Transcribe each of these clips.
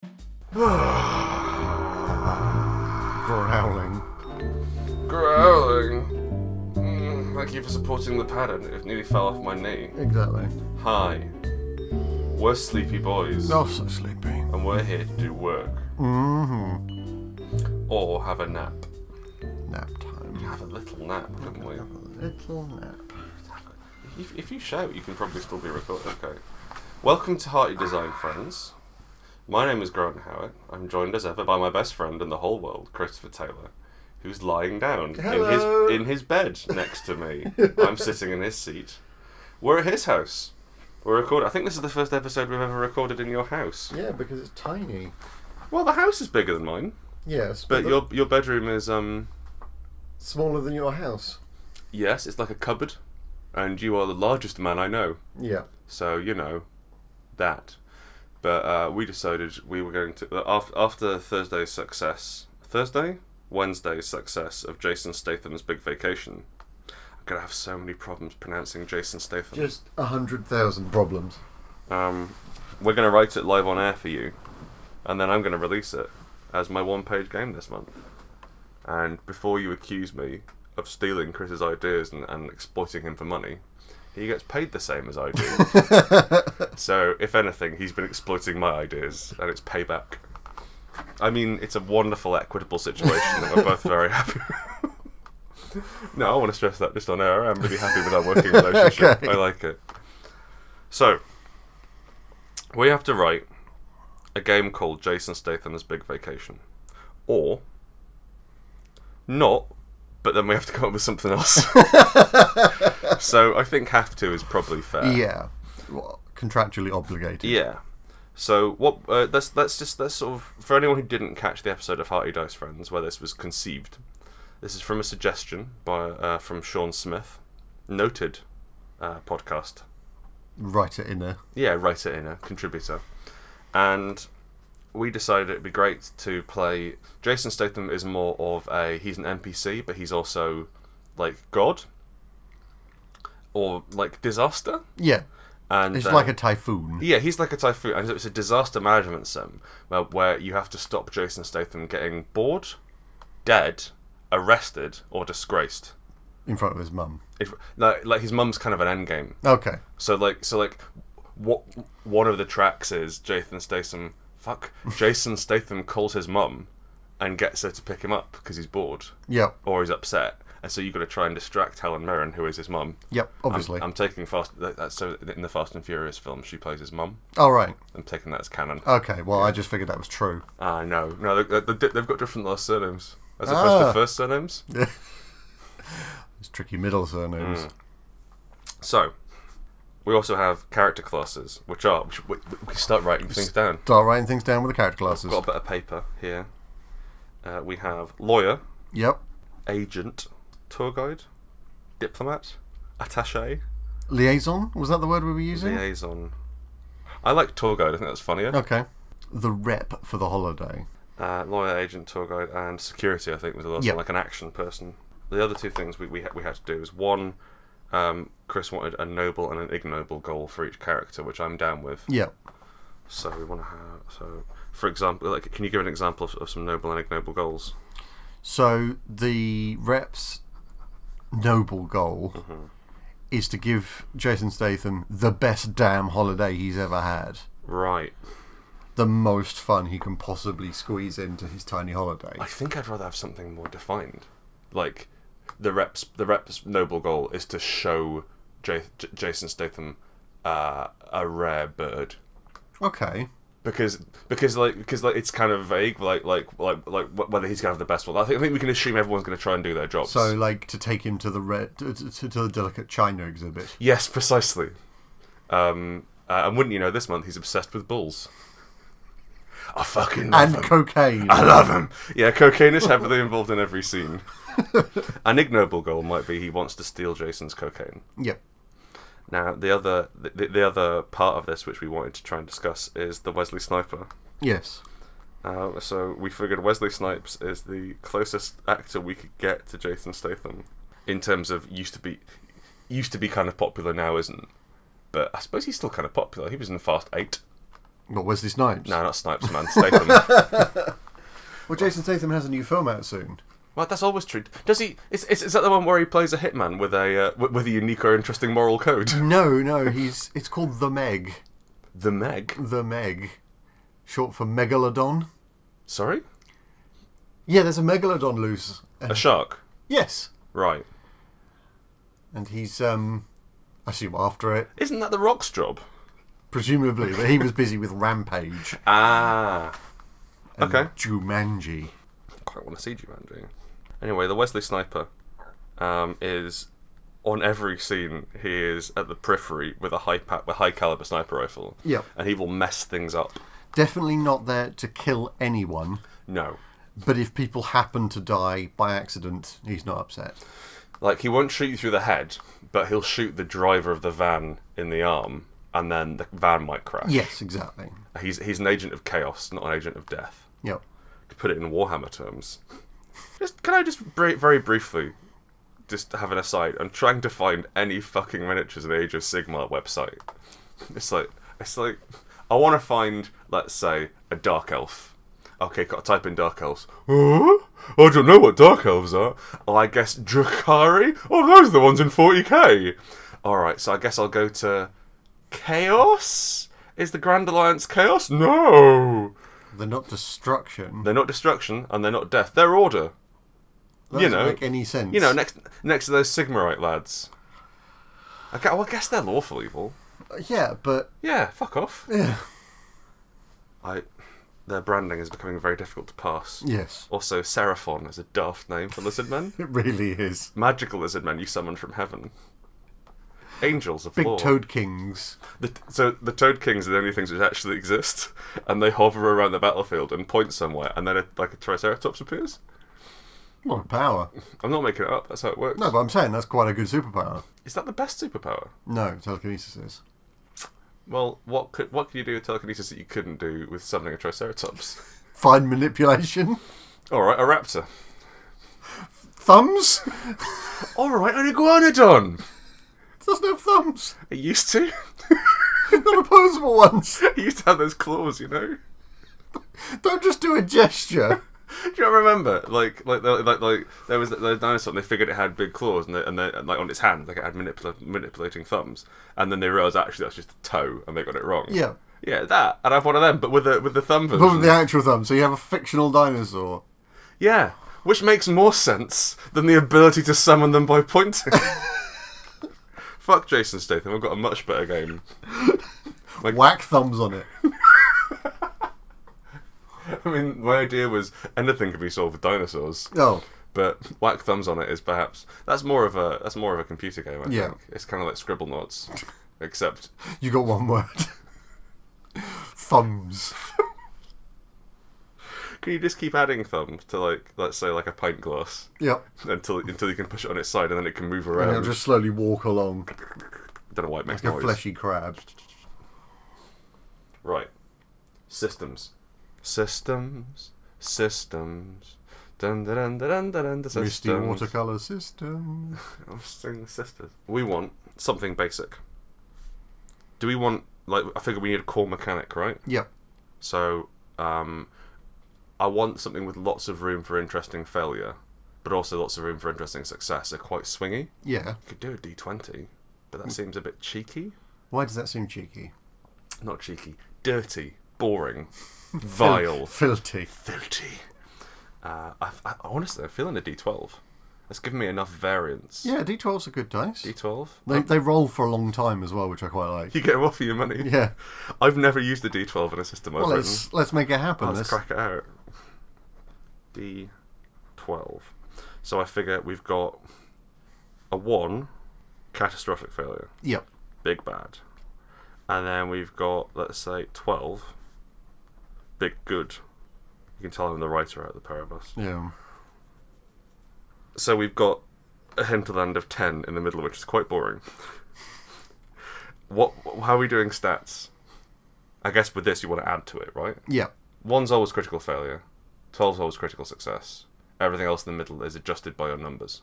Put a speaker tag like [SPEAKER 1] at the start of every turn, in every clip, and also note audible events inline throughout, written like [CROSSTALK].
[SPEAKER 1] [SIGHS] Growling.
[SPEAKER 2] Growling. Mm, Thank you for supporting the pattern. It nearly fell off my knee.
[SPEAKER 1] Exactly.
[SPEAKER 2] Hi. We're sleepy boys,
[SPEAKER 1] Oh, so sleepy.
[SPEAKER 2] and we're here to do work
[SPEAKER 1] Mm-hmm.
[SPEAKER 2] or have a nap.
[SPEAKER 1] Nap time.
[SPEAKER 2] Have a little nap, couldn't we?
[SPEAKER 1] Little nap.
[SPEAKER 2] If, if you shout, you can probably still be recorded. Okay. Welcome to Hearty Design, friends. My name is Grant Howard. I'm joined as ever by my best friend in the whole world, Christopher Taylor, who's lying down
[SPEAKER 1] Hello.
[SPEAKER 2] in his in his bed next to me. I'm sitting in his seat. We're at his house. We're recording. I think this is the first episode we've ever recorded in your house.
[SPEAKER 1] Yeah, because it's tiny.
[SPEAKER 2] Well, the house is bigger than mine,
[SPEAKER 1] Yes,
[SPEAKER 2] but
[SPEAKER 1] the-
[SPEAKER 2] your your bedroom is um
[SPEAKER 1] smaller than your house.
[SPEAKER 2] yes, it's like a cupboard, and you are the largest man I know.
[SPEAKER 1] Yeah.
[SPEAKER 2] So you know that. But uh, we decided we were going to after after Thursday's success, Thursday, Wednesday's success of Jason Statham's Big Vacation. I'm gonna have so many problems pronouncing Jason Statham.
[SPEAKER 1] Just a hundred thousand problems.
[SPEAKER 2] Um, we're gonna write it live on air for you, and then I'm gonna release it as my one-page game this month. And before you accuse me of stealing Chris's ideas and, and exploiting him for money, he gets paid the same as I do. So, if anything, he's been exploiting my ideas, and it's payback. I mean, it's a wonderful, equitable situation, and we're both very happy. [LAUGHS] no, I want to stress that just on air. I'm really happy with our working relationship.
[SPEAKER 1] Okay.
[SPEAKER 2] I like it. So, we have to write a game called Jason Statham's Big Vacation, or not. But then we have to come up with something else. so I think have to is probably fair.
[SPEAKER 1] yeah. Well, Uh, contractually obligated.
[SPEAKER 2] Yeah. So what? Uh, that's that's just that's sort of for anyone who didn't catch the episode of Hearty Dice Friends where this was conceived. This is from a suggestion by uh, from Sean Smith, noted uh, podcast.
[SPEAKER 1] Write it in a.
[SPEAKER 2] Yeah, writer in a contributor, and we decided it'd be great to play. Jason Statham is more of a he's an NPC, but he's also like God or like disaster.
[SPEAKER 1] Yeah.
[SPEAKER 2] And
[SPEAKER 1] It's
[SPEAKER 2] uh,
[SPEAKER 1] like a typhoon.
[SPEAKER 2] yeah, he's like a typhoon, and it's a disaster management sim where, where you have to stop Jason Statham getting bored, dead, arrested, or disgraced.
[SPEAKER 1] In front of his mum.
[SPEAKER 2] It, like, like his mum's kind of an end game.
[SPEAKER 1] Okay.
[SPEAKER 2] So like so like what one of the tracks is Jason Statham. Fuck, Jason [LAUGHS] Statham calls his mum and gets her to pick him up because he's bored
[SPEAKER 1] Yep.
[SPEAKER 2] or he's upset, and so you've got to try and distract Helen Mirren, who is his mum.
[SPEAKER 1] Yep. Obviously.
[SPEAKER 2] I'm taking fast. That, that's so in the Fast and Furious film, she plays his mum.
[SPEAKER 1] All right.
[SPEAKER 2] I'm taking that as canon.
[SPEAKER 1] Okay. Well, I just figured that was true.
[SPEAKER 2] Ah, no, no, they, they, they've got different last surnames as opposed
[SPEAKER 1] Ah.
[SPEAKER 2] to first surnames.
[SPEAKER 1] It's tricky middle surnames.
[SPEAKER 2] Mm. So, we also have character classes, which are which, we, we can start writing things down.
[SPEAKER 1] Start writing things down with the character classes.
[SPEAKER 2] Got a bit of paper here. Uh, we have lawyer,
[SPEAKER 1] Yep.
[SPEAKER 2] agent, tour guide, diplomat, attaché,
[SPEAKER 1] Liaison was that the word we were using?
[SPEAKER 2] liaison. I like tour guide. I think that's funnier.
[SPEAKER 1] Okay. The rep for the holiday.
[SPEAKER 2] Uh, lawyer, agent, tour guide, and security. I think was the last
[SPEAKER 1] Yep.
[SPEAKER 2] one, like an action person. The other two things we we, ha- we had to do was one. Um, Chris wanted a noble and an ignoble goal for each character, which I'm down with.
[SPEAKER 1] Yep.
[SPEAKER 2] So we want to have. So, for example, like, can you give an example of, of some noble and ignoble goals?
[SPEAKER 1] So the rep's noble goal
[SPEAKER 2] Mm-hmm.
[SPEAKER 1] is to give Jason Statham the best damn holiday he's ever had.
[SPEAKER 2] Right.
[SPEAKER 1] The most fun he can possibly squeeze into his tiny holiday.
[SPEAKER 2] I think I'd rather have something more defined. Like, the reps the reps noble goal is to show J- J- Jason Statham uh, a rare bird.
[SPEAKER 1] Okay.
[SPEAKER 2] because because like because like it's kind of vague like like like like wh- whether he's gonna have the best one. I think I think we can assume everyone's gonna try and do their jobs.
[SPEAKER 1] So like to take him to the red to, to, to the delicate china exhibit.
[SPEAKER 2] yes, precisely. Um, uh, and wouldn't you know, this month he's obsessed with bulls. I fucking love
[SPEAKER 1] And
[SPEAKER 2] him.
[SPEAKER 1] cocaine.
[SPEAKER 2] I love him. Yeah, cocaine is heavily involved in
[SPEAKER 1] [LAUGHS]
[SPEAKER 2] every scene. An ignoble goal might be he wants to steal Jason's cocaine.
[SPEAKER 1] Yep.
[SPEAKER 2] Now the other the, the other part of this which we wanted to try and discuss is the Wesley Sniper.
[SPEAKER 1] Yes.
[SPEAKER 2] Uh, so we figured Wesley Snipes is the closest actor we could get to Jason Statham in terms of used to be used to be kind of popular now isn't, but I suppose he's still kind of popular. He was in Fast Eight.
[SPEAKER 1] What Wesley Snipes?
[SPEAKER 2] No, not Snipes, man. Statham. well,
[SPEAKER 1] Well, Jason Statham has a new film out soon.
[SPEAKER 2] that's always true. Does he? Is, is, is that the one where he plays a hitman with a uh, with, with a unique or interesting moral code? [LAUGHS]
[SPEAKER 1] No, no, he's. It's called The Meg.
[SPEAKER 2] The Meg.
[SPEAKER 1] The Meg, short for Megalodon.
[SPEAKER 2] Sorry,
[SPEAKER 1] Yeah, there's a Megalodon loose.
[SPEAKER 2] a shark.
[SPEAKER 1] Yes,
[SPEAKER 2] Right.
[SPEAKER 1] and he's um, I assume after it,
[SPEAKER 2] Isn't that the Rock's job?
[SPEAKER 1] presumably, but he was busy with Rampage.
[SPEAKER 2] Ah.
[SPEAKER 1] and
[SPEAKER 2] [LAUGHS] Okay.
[SPEAKER 1] Jumanji.
[SPEAKER 2] quite want to see Jumanji. Anyway, the Wesley Sniper um, is on every scene. He is at the periphery with a high pa- with high caliber sniper rifle.
[SPEAKER 1] Yep.
[SPEAKER 2] and he will mess things up.
[SPEAKER 1] Definitely not there to kill anyone,
[SPEAKER 2] No,
[SPEAKER 1] but if people happen to die by accident, he's not upset.
[SPEAKER 2] like he won't shoot you through the head, but he'll shoot the driver of the van in the arm, and then the van might crash.
[SPEAKER 1] Yes, exactly.
[SPEAKER 2] he's he's an agent of chaos, not an agent of death.
[SPEAKER 1] Yep.
[SPEAKER 2] To put it in Warhammer terms, just can I just br- very briefly. Just have an aside. I'm trying to find any fucking miniatures in the Age of Sigmar website. It's like it's like I want to find, let's say, a dark elf. Okay, got type in dark elves. Huh? I don't know what dark elves are. Oh, I guess Drakari. Oh, those are the ones in 40k. All right, so I guess I'll go to Chaos. Is the Grand Alliance Chaos? No,
[SPEAKER 1] They're not destruction.
[SPEAKER 2] they're not destruction and they're not death. They're order.
[SPEAKER 1] That
[SPEAKER 2] you
[SPEAKER 1] doesn't
[SPEAKER 2] know,
[SPEAKER 1] make any sense.
[SPEAKER 2] You know, next next to those Sigmarite lads. I guess, well, I guess they're lawful evil.
[SPEAKER 1] Uh, yeah, but
[SPEAKER 2] Yeah, fuck off.
[SPEAKER 1] yeah.
[SPEAKER 2] I, their branding is becoming very difficult to pass.
[SPEAKER 1] yes,
[SPEAKER 2] Also, Seraphon is a daft name for lizard men.
[SPEAKER 1] it really is.
[SPEAKER 2] Magical lizard men you summon from heaven. Angels of
[SPEAKER 1] Big
[SPEAKER 2] lore.
[SPEAKER 1] Toad Kings.
[SPEAKER 2] The, so the Toad Kings are the only things which actually exist, [LAUGHS] and they hover around the battlefield and point somewhere, and then a, like a Triceratops appears.
[SPEAKER 1] What a power.
[SPEAKER 2] I'm not making it up. That's how it works.
[SPEAKER 1] No, but I'm saying that's quite a good superpower.
[SPEAKER 2] Is that the best superpower?
[SPEAKER 1] No, telekinesis is.
[SPEAKER 2] Well, what could what could you do with telekinesis that you couldn't do with summoning a Triceratops?
[SPEAKER 1] Fine manipulation.
[SPEAKER 2] All right, a raptor.
[SPEAKER 1] Thumbs?
[SPEAKER 2] All right, an iguanodon.
[SPEAKER 1] It doesn't have thumbs.
[SPEAKER 2] It used to. [LAUGHS]
[SPEAKER 1] Not opposable ones.
[SPEAKER 2] it used to have those claws, you know.
[SPEAKER 1] Don't just do a gesture.
[SPEAKER 2] Do you remember? Like, like, like, like, like there was the dinosaur, and they figured it had big claws, and, they, and, they, and like on its hand, like it had manipula- manipulating thumbs, and then they realized actually that's just a toe, and they got it wrong.
[SPEAKER 1] Yeah.
[SPEAKER 2] yeah, that. And I have one of them, but with the with the thumb version.
[SPEAKER 1] But with the actual thumb, so you have a fictional dinosaur.
[SPEAKER 2] Yeah, which makes more sense than the ability to summon them
[SPEAKER 1] [LAUGHS]
[SPEAKER 2] by pointing. Fuck Jason Statham. I've got a much better game.
[SPEAKER 1] Whack thumbs on it.
[SPEAKER 2] I mean, my idea was anything could be solved with dinosaurs.
[SPEAKER 1] Oh,
[SPEAKER 2] but whack thumbs on it is perhaps that's more of a that's more of a computer game. I
[SPEAKER 1] Yeah.
[SPEAKER 2] think it's kind of like Scribble Knots, [LAUGHS] except
[SPEAKER 1] you got one word. thumbs.
[SPEAKER 2] can you just keep adding thumb to like let's say like a pint glass
[SPEAKER 1] Yep.
[SPEAKER 2] until until you can push it on its side and then it can move
[SPEAKER 1] And
[SPEAKER 2] around.
[SPEAKER 1] it'll just slowly walk along
[SPEAKER 2] Don't know why it makes
[SPEAKER 1] like a
[SPEAKER 2] noise.
[SPEAKER 1] fleshy crab.
[SPEAKER 2] Right, systems, systems, systems. Dun, dun, dun, dun, dun, dun, dun,
[SPEAKER 1] Misty
[SPEAKER 2] systems.
[SPEAKER 1] watercolour system.
[SPEAKER 2] I'm singing sisters. We want something basic. Do we want like I figure we need a core mechanic, right?
[SPEAKER 1] Yep.
[SPEAKER 2] So, um, I want something with lots of room for interesting failure, but also lots of room for interesting success. They're quite swingy.
[SPEAKER 1] Yeah.
[SPEAKER 2] You could do a D20, but that seems a bit cheeky.
[SPEAKER 1] Why does that seem cheeky?
[SPEAKER 2] Not cheeky, dirty, boring,
[SPEAKER 1] [LAUGHS]
[SPEAKER 2] vile,
[SPEAKER 1] Filthy.
[SPEAKER 2] filthy. Uh, I, I, honestly, I'm feeling a D12. That's given me enough variance.
[SPEAKER 1] Yeah, D12's a good dice.
[SPEAKER 2] D12?
[SPEAKER 1] They, they roll for a long time as well, which I quite like.
[SPEAKER 2] [LAUGHS] You get more for your money.
[SPEAKER 1] Yeah.
[SPEAKER 2] I've never used a D12 in a system I've
[SPEAKER 1] Well,
[SPEAKER 2] written.
[SPEAKER 1] let's let's make it happen.
[SPEAKER 2] Let's
[SPEAKER 1] Let's-
[SPEAKER 2] crack it out. D12. So I figure we've got a 1, catastrophic failure,
[SPEAKER 1] Yep.
[SPEAKER 2] big bad. And then we've got, let's say, 12, big good. You can tell I'm the writer out of the pair of us.
[SPEAKER 1] Yeah.
[SPEAKER 2] So we've got a hinterland of 10 in the middle, which is quite boring. what? How are we doing stats? I guess with this you want to add to it, right?
[SPEAKER 1] Yep.
[SPEAKER 2] One's always critical failure. Twelve's always critical success. Everything else in the middle is adjusted by your numbers.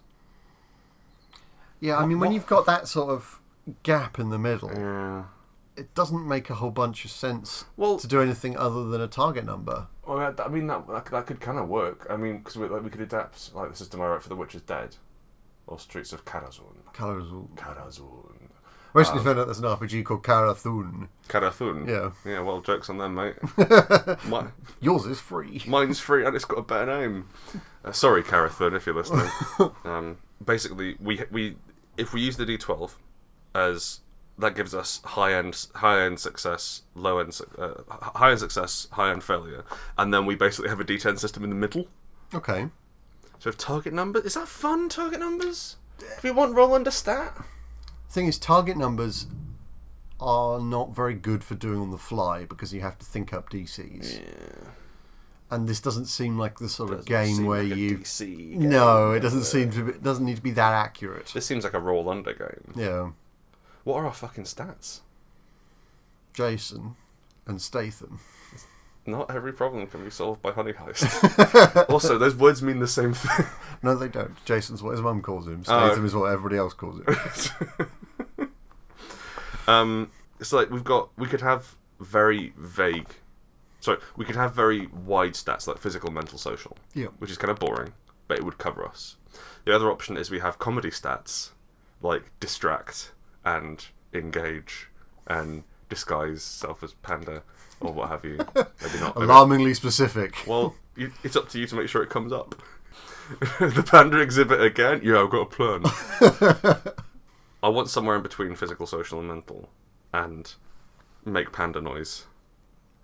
[SPEAKER 1] Yeah, I mean, when you've got that sort of gap in the middle,
[SPEAKER 2] Yeah.
[SPEAKER 1] it doesn't make a whole bunch of sense
[SPEAKER 2] Well-
[SPEAKER 1] to do anything other than a target number.
[SPEAKER 2] Well, that- I mean that that, could- that could kind of work. I mean, because we, like, we could adapt like the system I wrote for The Witcher's Dead, or Streets of Karazun.
[SPEAKER 1] Colours will.
[SPEAKER 2] Karazun. Um,
[SPEAKER 1] Recently found out there's an RPG called Carathun.
[SPEAKER 2] Karathun.
[SPEAKER 1] Yeah.
[SPEAKER 2] Yeah. Well, jokes on them, mate. My,
[SPEAKER 1] Yours is free.
[SPEAKER 2] mine's free and it's got a better name. Uh, sorry, Karathun, if
[SPEAKER 1] [LAUGHS]
[SPEAKER 2] you're listening. um, basically, we we if we use the D12 as that gives us high end high end success, low end suc- uh, high end success, high end failure, and then we basically have a D10 system in the middle.
[SPEAKER 1] Okay.
[SPEAKER 2] So if target number is that fun? Target numbers? Do we want roll under stat?
[SPEAKER 1] Thing is, target numbers are not very good for doing on the fly because you have to think up DCs. And this doesn't seem like the sort of game where you.
[SPEAKER 2] DC
[SPEAKER 1] No, it doesn't seem to. Be, it doesn't need to be that accurate.
[SPEAKER 2] This seems like a roll under game.
[SPEAKER 1] Yeah,
[SPEAKER 2] What are our fucking stats?
[SPEAKER 1] Jason and Statham.
[SPEAKER 2] Not every problem can be solved by honey heist. also, those words mean the same thing.
[SPEAKER 1] No, they don't. Jason's what his mum calls him.
[SPEAKER 2] Oh.
[SPEAKER 1] Statham is what everybody else calls
[SPEAKER 2] [LAUGHS]
[SPEAKER 1] him.
[SPEAKER 2] um, it's like we've got we could have very vague, sorry, we could have very wide stats like physical, mental, social.
[SPEAKER 1] Yeah.
[SPEAKER 2] which is kind of boring, but it would cover us. The other option is we have comedy stats like distract and engage and disguise self as panda or what have you.
[SPEAKER 1] [LAUGHS]
[SPEAKER 2] Maybe not. Maybe-
[SPEAKER 1] Alarmingly specific.
[SPEAKER 2] well, you, it's up to you to make sure it comes up. [LAUGHS] the panda exhibit again? Yeah, I've got a plan. I want somewhere in between physical, social, and mental, and make panda noise.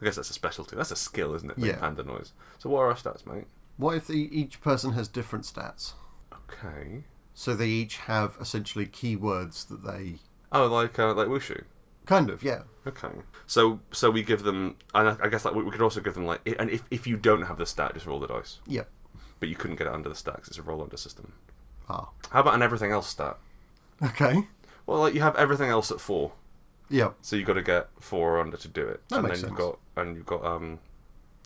[SPEAKER 2] I guess that's a specialty. That's a skill, isn't it? Make
[SPEAKER 1] Yeah.
[SPEAKER 2] panda noise. So what are our stats, mate?
[SPEAKER 1] What if e each person has different stats?
[SPEAKER 2] Okay.
[SPEAKER 1] So they each have essentially keywords that they
[SPEAKER 2] Oh, like uh, like wushu.
[SPEAKER 1] kind of yeah.
[SPEAKER 2] Okay. So so we give them, and I, I guess like we, we could also give them like, i- and if, if you don't have the stat, just roll the dice.
[SPEAKER 1] Yeah.
[SPEAKER 2] But you couldn't get it under the stat 'cause it's a roll under system.
[SPEAKER 1] Ah.
[SPEAKER 2] How about an everything else stat?
[SPEAKER 1] Okay.
[SPEAKER 2] Well, like you have everything else at four,
[SPEAKER 1] Yeah.
[SPEAKER 2] so you got to get four or under to do it,
[SPEAKER 1] That
[SPEAKER 2] and
[SPEAKER 1] makes
[SPEAKER 2] then you've
[SPEAKER 1] sense.
[SPEAKER 2] got and you've got um.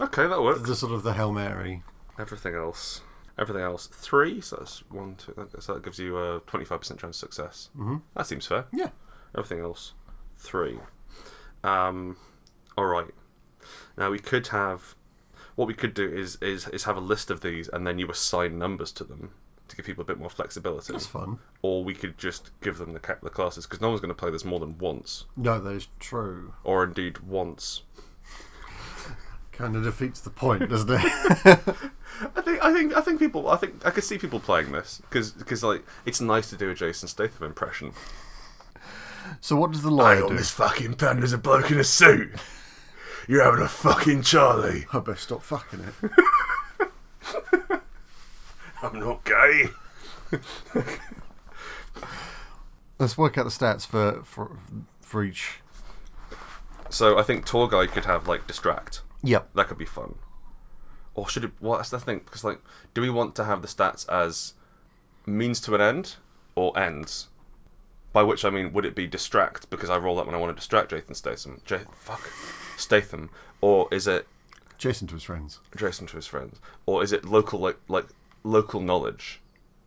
[SPEAKER 2] Okay, that works.
[SPEAKER 1] The sort of the Hail Mary.
[SPEAKER 2] Everything else, everything else three. So that's one, two. that- So that gives you a twenty-five percent chance of success. Mm-hmm. That seems fair.
[SPEAKER 1] Yeah.
[SPEAKER 2] Everything else, three. Um, all right. Now we could have. What we could do is, is is have a list of these, and then you assign numbers to them to give people a bit more flexibility.
[SPEAKER 1] That's fun.
[SPEAKER 2] Or we could just give them the ca- the classes because no one's going to play this more than once,
[SPEAKER 1] No, that is true.
[SPEAKER 2] or indeed once.
[SPEAKER 1] Kind of defeats the point, doesn't it? [LAUGHS]
[SPEAKER 2] I think I think I think people. I think I could see people playing this because like it's nice to do a Jason Statham impression.
[SPEAKER 1] so what does the lawyer do?
[SPEAKER 2] fucking panda's a bloke in a suit. You're having a fucking Charlie.
[SPEAKER 1] I better Oh, stop fucking it.
[SPEAKER 2] I'm not gay.
[SPEAKER 1] Let's work out the stats for for for each.
[SPEAKER 2] So I think tour guy could have like distract.
[SPEAKER 1] Yep.
[SPEAKER 2] That could be fun. Or should it? Well, that's the thing because like, do we want to have the stats as means to an end or ends? By which I mean, would it be distract because I roll that when I want to distract Jason Statham? J- fuck, Statham. Or is it
[SPEAKER 1] Jason to his friends.
[SPEAKER 2] Jason to his friends, or is it local like like local knowledge?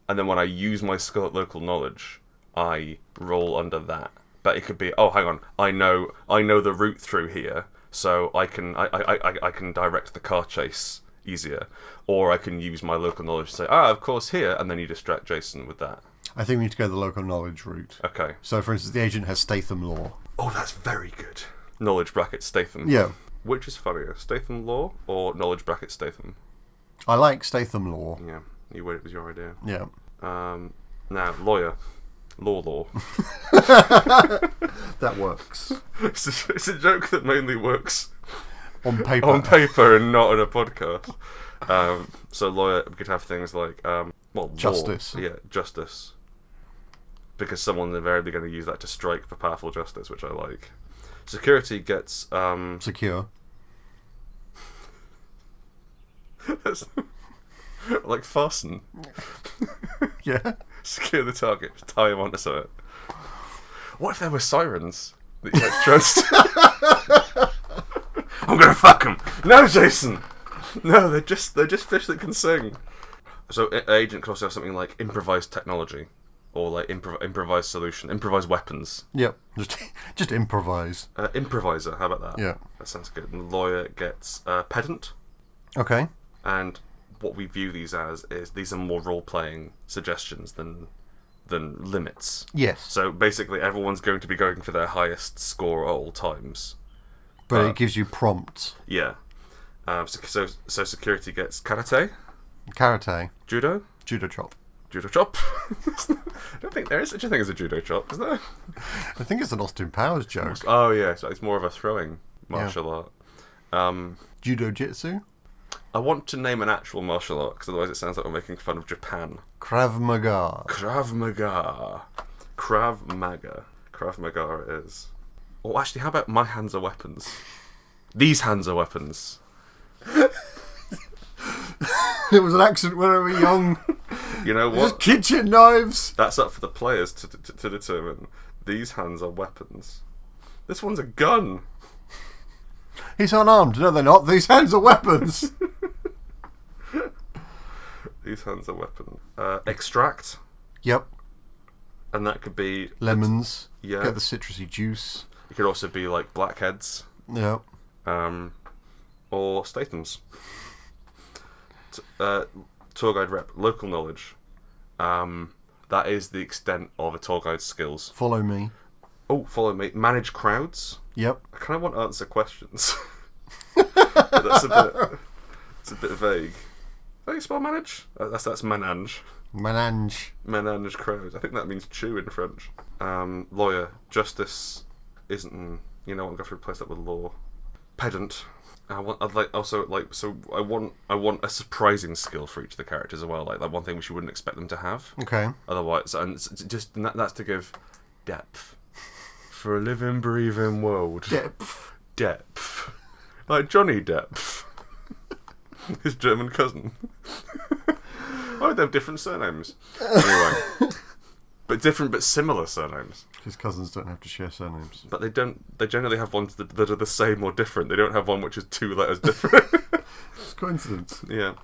[SPEAKER 2] And then when I use my skill at local knowledge, I roll under that. But it could be oh, hang on, I know I know the route through here, so I can I I, I, I can direct the car chase easier, or I can use my local knowledge to say ah, of course here, and then you distract Jason with that.
[SPEAKER 1] I think we need to go the local knowledge route.
[SPEAKER 2] Okay.
[SPEAKER 1] So, for instance, the agent has Statham law.
[SPEAKER 2] Oh, that's very good. Knowledge bracket Statham.
[SPEAKER 1] Yeah.
[SPEAKER 2] Which is funnier, Statham Law or knowledge bracket Statham?
[SPEAKER 1] I like Statham law.
[SPEAKER 2] Yeah, you wait. It was your idea.
[SPEAKER 1] Yeah.
[SPEAKER 2] Um, now, lawyer. Law law.
[SPEAKER 1] That works.
[SPEAKER 2] it's, a, it's a joke that mainly works
[SPEAKER 1] [LAUGHS] On paper.
[SPEAKER 2] on paper and not on a podcast. Um, so, lawyer, we could have things like, um, well, law.
[SPEAKER 1] Justice.
[SPEAKER 2] Yeah, justice. Because someone's invariably going to use that to strike for powerful justice, which I like. Security gets. Um, [LAUGHS]
[SPEAKER 1] Secure.
[SPEAKER 2] like, fasten.
[SPEAKER 1] Yeah.
[SPEAKER 2] Secure the target. Tie him onto something. What if there were sirens that you had to trust? I'm gonna fuck them. No, Jason. No, they're just they're just fish that can sing. So a- agent could also have something like improvised technology, or like improv- improvised solution, improvised weapons.
[SPEAKER 1] Yep. Just [LAUGHS] just improvise.
[SPEAKER 2] Uh, improviser, how about that?
[SPEAKER 1] Yeah.
[SPEAKER 2] That sounds good. And the lawyer gets uh, pedant,
[SPEAKER 1] Okay.
[SPEAKER 2] and what we view these as is these are more role playing suggestions than than limits.
[SPEAKER 1] Yes.
[SPEAKER 2] So basically, everyone's going to be going for their highest score at all times.
[SPEAKER 1] But it gives you prompts.
[SPEAKER 2] Yeah. Um, so, so so security gets karate,
[SPEAKER 1] Karate,
[SPEAKER 2] judo,
[SPEAKER 1] judo chop.
[SPEAKER 2] judo chop. [LAUGHS] I don't think there is such a thing as a judo chop, is there?
[SPEAKER 1] I think it's an Austin Powers joke.
[SPEAKER 2] Oh yeah, so it's more of a throwing martial art. Um,
[SPEAKER 1] Judo jitsu,
[SPEAKER 2] I want to name an actual martial art because otherwise it sounds like we're making fun of Japan.
[SPEAKER 1] Krav Maga.
[SPEAKER 2] Krav Maga. Krav Maga. Krav Maga it is. Or actually, how about my hands are weapons? These hands are weapons.
[SPEAKER 1] [LAUGHS] it was an accident when I was [LAUGHS] young.
[SPEAKER 2] You know
[SPEAKER 1] Just
[SPEAKER 2] what?
[SPEAKER 1] kitchen knives.
[SPEAKER 2] That's up for the players to, to, to determine. These hands are weapons. This one's a gun.
[SPEAKER 1] He's unarmed. No, they're not. These hands are [LAUGHS] weapons.
[SPEAKER 2] These hands are weapons. Uh, extract,
[SPEAKER 1] yep.
[SPEAKER 2] and that could be.
[SPEAKER 1] Lemons.
[SPEAKER 2] Yeah.
[SPEAKER 1] Get the citrusy juice.
[SPEAKER 2] It could also be like blackheads.
[SPEAKER 1] Yep.
[SPEAKER 2] um, or Statham's. T- uh, tour guide rep, local knowledge. Um, that is the extent of a tour guide's skills.
[SPEAKER 1] Follow me.
[SPEAKER 2] Oh, follow me. Manage crowds.
[SPEAKER 1] Yep.
[SPEAKER 2] I kind of want to answer questions. [LAUGHS] But that's a bit. It's a bit vague. How do you spell manage? Uh, That's that's manage.
[SPEAKER 1] Melange.
[SPEAKER 2] Menage crowds. I think that means chew in French. Um, lawyer, justice isn't. mm, You know, what, I'm going to replace that with law. Pedant. I want. I'd like also like. So I want. I want a surprising skill for each of the characters as well. Like like one thing which you wouldn't expect them to have.
[SPEAKER 1] Okay.
[SPEAKER 2] Otherwise, and it's it's just and that, that's to give depth for a living, breathing world.
[SPEAKER 1] Depth.
[SPEAKER 2] Depth. Like Johnny Depp. [LAUGHS] His German cousin. [LAUGHS] Why would they have different surnames? Anyway. but different but similar surnames.
[SPEAKER 1] His cousins don't have to share surnames.
[SPEAKER 2] But they don't they generally have ones that, that are the same or different. They don't have one which is two letters different. [LAUGHS]
[SPEAKER 1] It's coincidence.
[SPEAKER 2] yeah.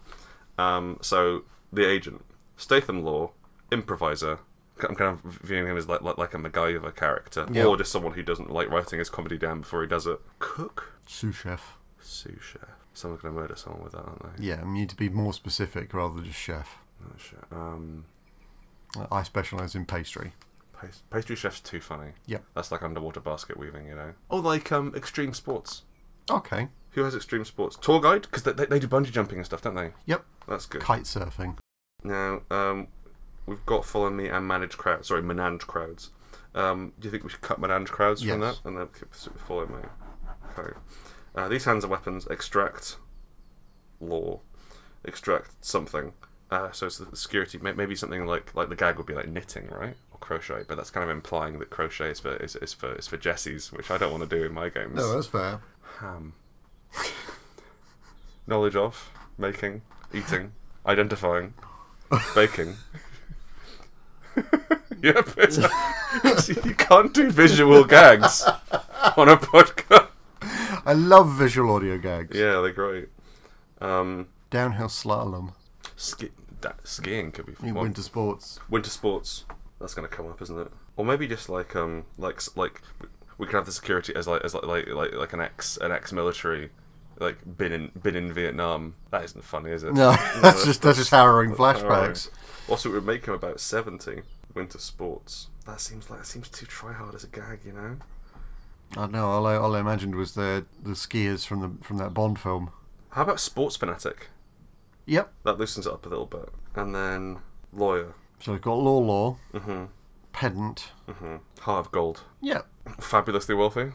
[SPEAKER 2] Um, so the agent. Statham Law, improviser. I'm kind of viewing him as like like, like a MacGyver character,
[SPEAKER 1] Yeah.
[SPEAKER 2] or just someone who doesn't like writing his comedy down before he does it. Cook,
[SPEAKER 1] Sous chef.
[SPEAKER 2] sous chef. Someone's gonna murder someone with that, aren't they?
[SPEAKER 1] Yeah, we need to be more specific rather than just chef.
[SPEAKER 2] Not sure. Um,
[SPEAKER 1] I specialise in pastry.
[SPEAKER 2] pas- pastry chef's too funny.
[SPEAKER 1] Yep.
[SPEAKER 2] That's like underwater basket weaving, you know. Or like um extreme sports.
[SPEAKER 1] Okay.
[SPEAKER 2] Who has extreme sports? Tour guide, because they, they, they do bungee jumping and stuff, don't they?
[SPEAKER 1] Yep.
[SPEAKER 2] That's good.
[SPEAKER 1] Kite surfing.
[SPEAKER 2] Now, um, we've got follow me and manage crowds. Sorry, manage crowds. Um, do you think we should cut manage crowds from
[SPEAKER 1] Yes.
[SPEAKER 2] that and then keep keep follow me? Okay. Uh, these hands are weapons. Extract law. Extract something. Uh, so it's the security. may- Maybe something like like the gag would be like knitting, right, or crochet. But that's kind of implying that crochet is for is, is for is for Jessie's, which I don't want to do in my games.
[SPEAKER 1] Oh, that's fair.
[SPEAKER 2] Ham. [LAUGHS] Knowledge of, making, eating, identifying, baking. yep. It's, [LAUGHS] you can't do visual gags on a podcast.
[SPEAKER 1] I love visual audio gags.
[SPEAKER 2] Yeah, they're great. Um,
[SPEAKER 1] Downhill slalom.
[SPEAKER 2] ski- that, skiing could be fun.
[SPEAKER 1] In winter
[SPEAKER 2] [LAUGHS]
[SPEAKER 1] sports.
[SPEAKER 2] winter sports. That's going to come up, isn't it? Or maybe just like um like s- like we could have the security as like as like like like, like an ex an ex military like been in been in Vietnam. That isn't funny, is
[SPEAKER 1] [LAUGHS]
[SPEAKER 2] it?
[SPEAKER 1] No, that's just that's just harrowing flashbacks.
[SPEAKER 2] Also, it would make him about seventy. Winter sports. That seems like that seems too try hard as a gag, you know.
[SPEAKER 1] I know. All I, all I imagined was the the skiers from the from that Bond film.
[SPEAKER 2] How about sports fanatic?
[SPEAKER 1] Yep.
[SPEAKER 2] That loosens it up a little bit. And then lawyer.
[SPEAKER 1] So we've got law, law,
[SPEAKER 2] Mm-hmm.
[SPEAKER 1] pedant.
[SPEAKER 2] Mm-hmm. Heart of gold.
[SPEAKER 1] Yep.
[SPEAKER 2] Fabulously wealthy.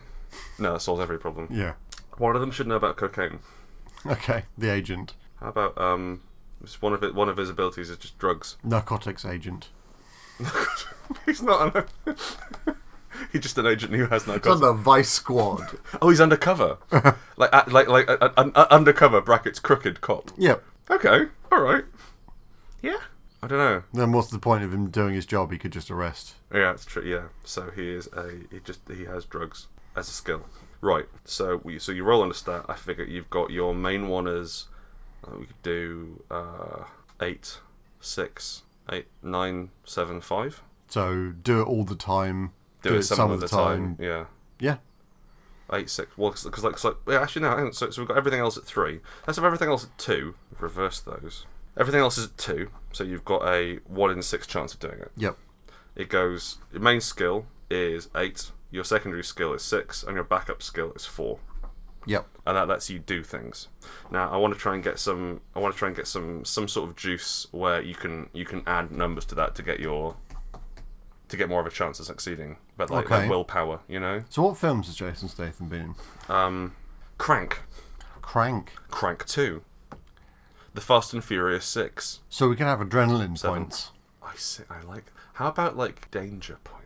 [SPEAKER 2] No, that solves every problem.
[SPEAKER 1] Yeah.
[SPEAKER 2] One of them should know about cocaine.
[SPEAKER 1] [LAUGHS] Okay. The agent,
[SPEAKER 2] How about um, just one of it, one of his abilities is just drugs. [LAUGHS]
[SPEAKER 1] narcotics agent.
[SPEAKER 2] he's not. An, [LAUGHS] he's just an agent who has no.
[SPEAKER 1] It's under Vice
[SPEAKER 2] [LAUGHS]
[SPEAKER 1] Squad.
[SPEAKER 2] Oh,
[SPEAKER 1] [LAUGHS]
[SPEAKER 2] he's undercover. like uh, like like uh, uh, un- uh, undercover brackets crooked cop.
[SPEAKER 1] yep.
[SPEAKER 2] Okay, all right. Yeah, I don't know.
[SPEAKER 1] Then what's the point of him doing his job? He could just arrest.
[SPEAKER 2] Yeah, it's true. Yeah, so he is a he just he has drugs as a skill. Right. So we so you roll under stat. I figure you've got your main one is uh, we could do uh, eight, six, eight, nine, seven, five.
[SPEAKER 1] So do it all the time.
[SPEAKER 2] Do, it, some, of the time. Yeah.
[SPEAKER 1] Yeah.
[SPEAKER 2] Eight six. Well, because like, 'cause like yeah, actually no. hang on, So, so we've got everything else at three. Let's have everything else at two. Reverse those. Everything else is at two. So you've got a one in six chance of doing it.
[SPEAKER 1] Yep.
[SPEAKER 2] It goes. Your main skill is eight. Your secondary skill is six, and your backup skill is four.
[SPEAKER 1] Yep.
[SPEAKER 2] and that lets you do things. Now, I want to try and get some. I want to try and get some some sort of juice where you can you can add numbers to that to get your to get more of a chance of succeeding. But like, like
[SPEAKER 1] Okay.
[SPEAKER 2] willpower, you know.
[SPEAKER 1] So what films has Jason Statham been in?
[SPEAKER 2] Um, Crank,
[SPEAKER 1] Crank.
[SPEAKER 2] Crank Two, The Fast and Furious Six.
[SPEAKER 1] So we can have adrenaline
[SPEAKER 2] Seven.
[SPEAKER 1] points,
[SPEAKER 2] I see. I like. How about like Danger Points?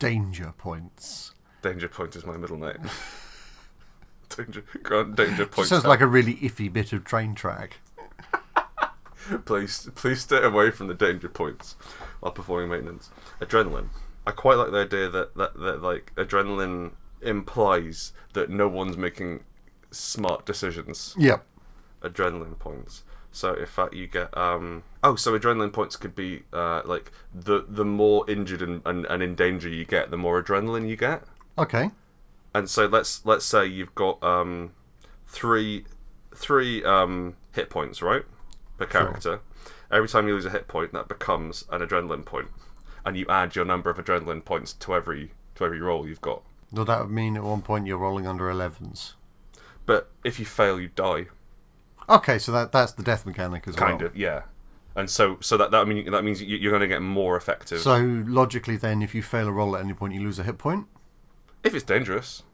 [SPEAKER 1] danger points.
[SPEAKER 2] Danger Point is my
[SPEAKER 1] [LAUGHS]
[SPEAKER 2] middle name. Danger Grant Danger Point.
[SPEAKER 1] Just sounds like a really iffy bit of train track.
[SPEAKER 2] Please, please stay away from the danger points while performing maintenance. Adrenaline. I quite like the idea that, that, that like adrenaline implies that no one's making smart decisions.
[SPEAKER 1] Yep.
[SPEAKER 2] Adrenaline points. So in fact, you get um oh, so adrenaline points could be uh like the the more injured and, and, and in danger you get, the more adrenaline you get.
[SPEAKER 1] Okay.
[SPEAKER 2] And so let's let's say you've got um three three um hit points, right? Per character. Every time you lose a hit point, that becomes an adrenaline point. And you add your number of adrenaline points to every to every roll you've got.
[SPEAKER 1] Well, that would mean at one point you're rolling under 11s.
[SPEAKER 2] But if you fail you die.
[SPEAKER 1] Okay, so that that's the death mechanic as well.
[SPEAKER 2] Kind of, yeah. And so so that that mean that means you- you're gonna get more effective.
[SPEAKER 1] So logically, then, if you fail a roll at any point, you lose a hit point.
[SPEAKER 2] if it's dangerous.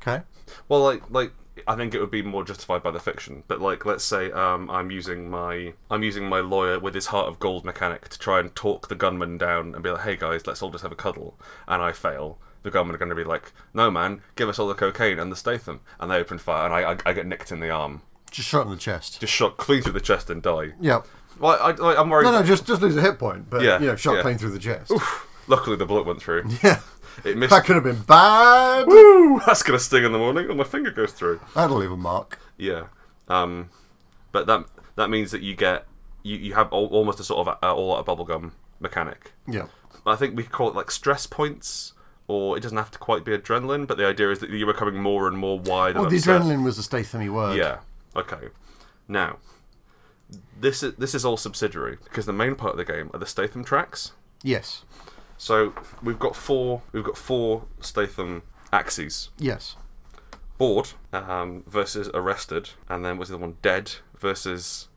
[SPEAKER 1] Okay.
[SPEAKER 2] Well, like, like I think it would be more justified by the fiction. But like, let's say um, I'm using my I'm using my lawyer with his heart of gold mechanic to try and talk the gunman down and be like, "Hey guys, let's all just have a cuddle," and I fail. The gunmen are going to be like, "No man, give us all the cocaine and the Statham," and they open fire, and I, I, I get nicked in the arm,
[SPEAKER 1] Just shot in the chest.
[SPEAKER 2] just shot clean through the chest and die.
[SPEAKER 1] yep.
[SPEAKER 2] Well, I, I, I'm worried.
[SPEAKER 1] No, no, just just lose a hit point, but
[SPEAKER 2] Yeah,
[SPEAKER 1] you know, shot
[SPEAKER 2] yeah.
[SPEAKER 1] clean through the chest.
[SPEAKER 2] Luckily, the bullet went through.
[SPEAKER 1] [LAUGHS] Yeah.
[SPEAKER 2] It missed.
[SPEAKER 1] That could have been bad.
[SPEAKER 2] Woo! [LAUGHS] That's going to sting in the morning. Oh, my finger goes through.
[SPEAKER 1] That'll leave a mark.
[SPEAKER 2] Yeah, um, but that that means that you get you, you have al- almost a sort of a, all out of bubblegum mechanic.
[SPEAKER 1] Yeah.
[SPEAKER 2] I think we call it like stress points, or it doesn't have to quite be adrenaline. But the idea is that you're becoming more and more wide.
[SPEAKER 1] Well,
[SPEAKER 2] and
[SPEAKER 1] Oh, the
[SPEAKER 2] upset.
[SPEAKER 1] adrenaline was a Statham word.
[SPEAKER 2] Yeah. Okay. Now, this is this is all subsidiary because the main part of the game are the Statham tracks.
[SPEAKER 1] Yes.
[SPEAKER 2] So we've got four we've got four Statham axes.
[SPEAKER 1] Yes.
[SPEAKER 2] Bored um, versus Arrested, and then was the other one Dead versus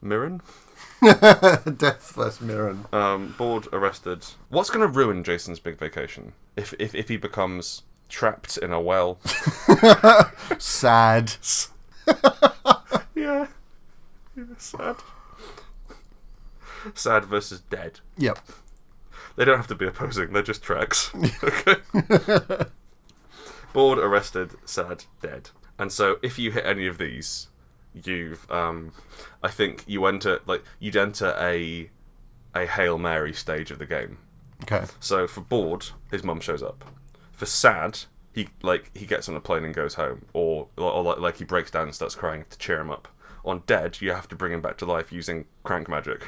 [SPEAKER 2] Mirren?
[SPEAKER 1] [LAUGHS] Death versus Mirren.
[SPEAKER 2] Um, bored, arrested. What's going to ruin Jason's big vacation if if, if he becomes trapped in a well?
[SPEAKER 1] Sad.
[SPEAKER 2] [LAUGHS] yeah. yeah, sad. Sad versus dead.
[SPEAKER 1] Yep.
[SPEAKER 2] They don't have to be opposing. They're just tracks. okay. Bored, arrested, sad, dead. And so, if you hit any of these, you've, um, I think you enter like you'd enter a a hail mary stage of the game.
[SPEAKER 1] Okay.
[SPEAKER 2] So for bored, his mum shows up. For sad, he like he gets on a plane and goes home, or or like, like he breaks down and starts crying to cheer him up. On dead, you have to bring him back to life using crank magic.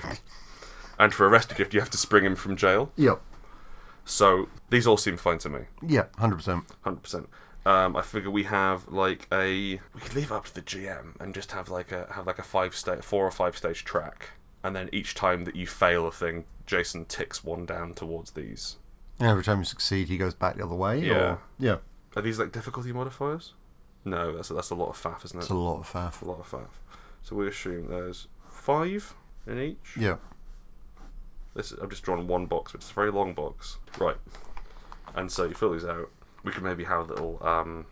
[SPEAKER 2] And for arrested, you have to spring him from jail.
[SPEAKER 1] Yep.
[SPEAKER 2] So these all seem fine to me,
[SPEAKER 1] Yep. Hundred percent.
[SPEAKER 2] hundred percent. Um, I figure we have like a we could leave it up to the GM and just have like a have like a five stage four or five stage track, and then each time that you fail a thing, Jason ticks one down towards these.
[SPEAKER 1] And every time you succeed, he goes back the other way.
[SPEAKER 2] Yeah.
[SPEAKER 1] Or... Yeah.
[SPEAKER 2] Are these like difficulty modifiers? No, that's that's a lot of faff, isn't it?
[SPEAKER 1] It's a lot of
[SPEAKER 2] a
[SPEAKER 1] faff.
[SPEAKER 2] lot of faff. So we assume there's five in each.
[SPEAKER 1] Yeah.
[SPEAKER 2] This is, I've just drawn one box, which is a very long box, right? And so you fill these out. We could maybe have little um,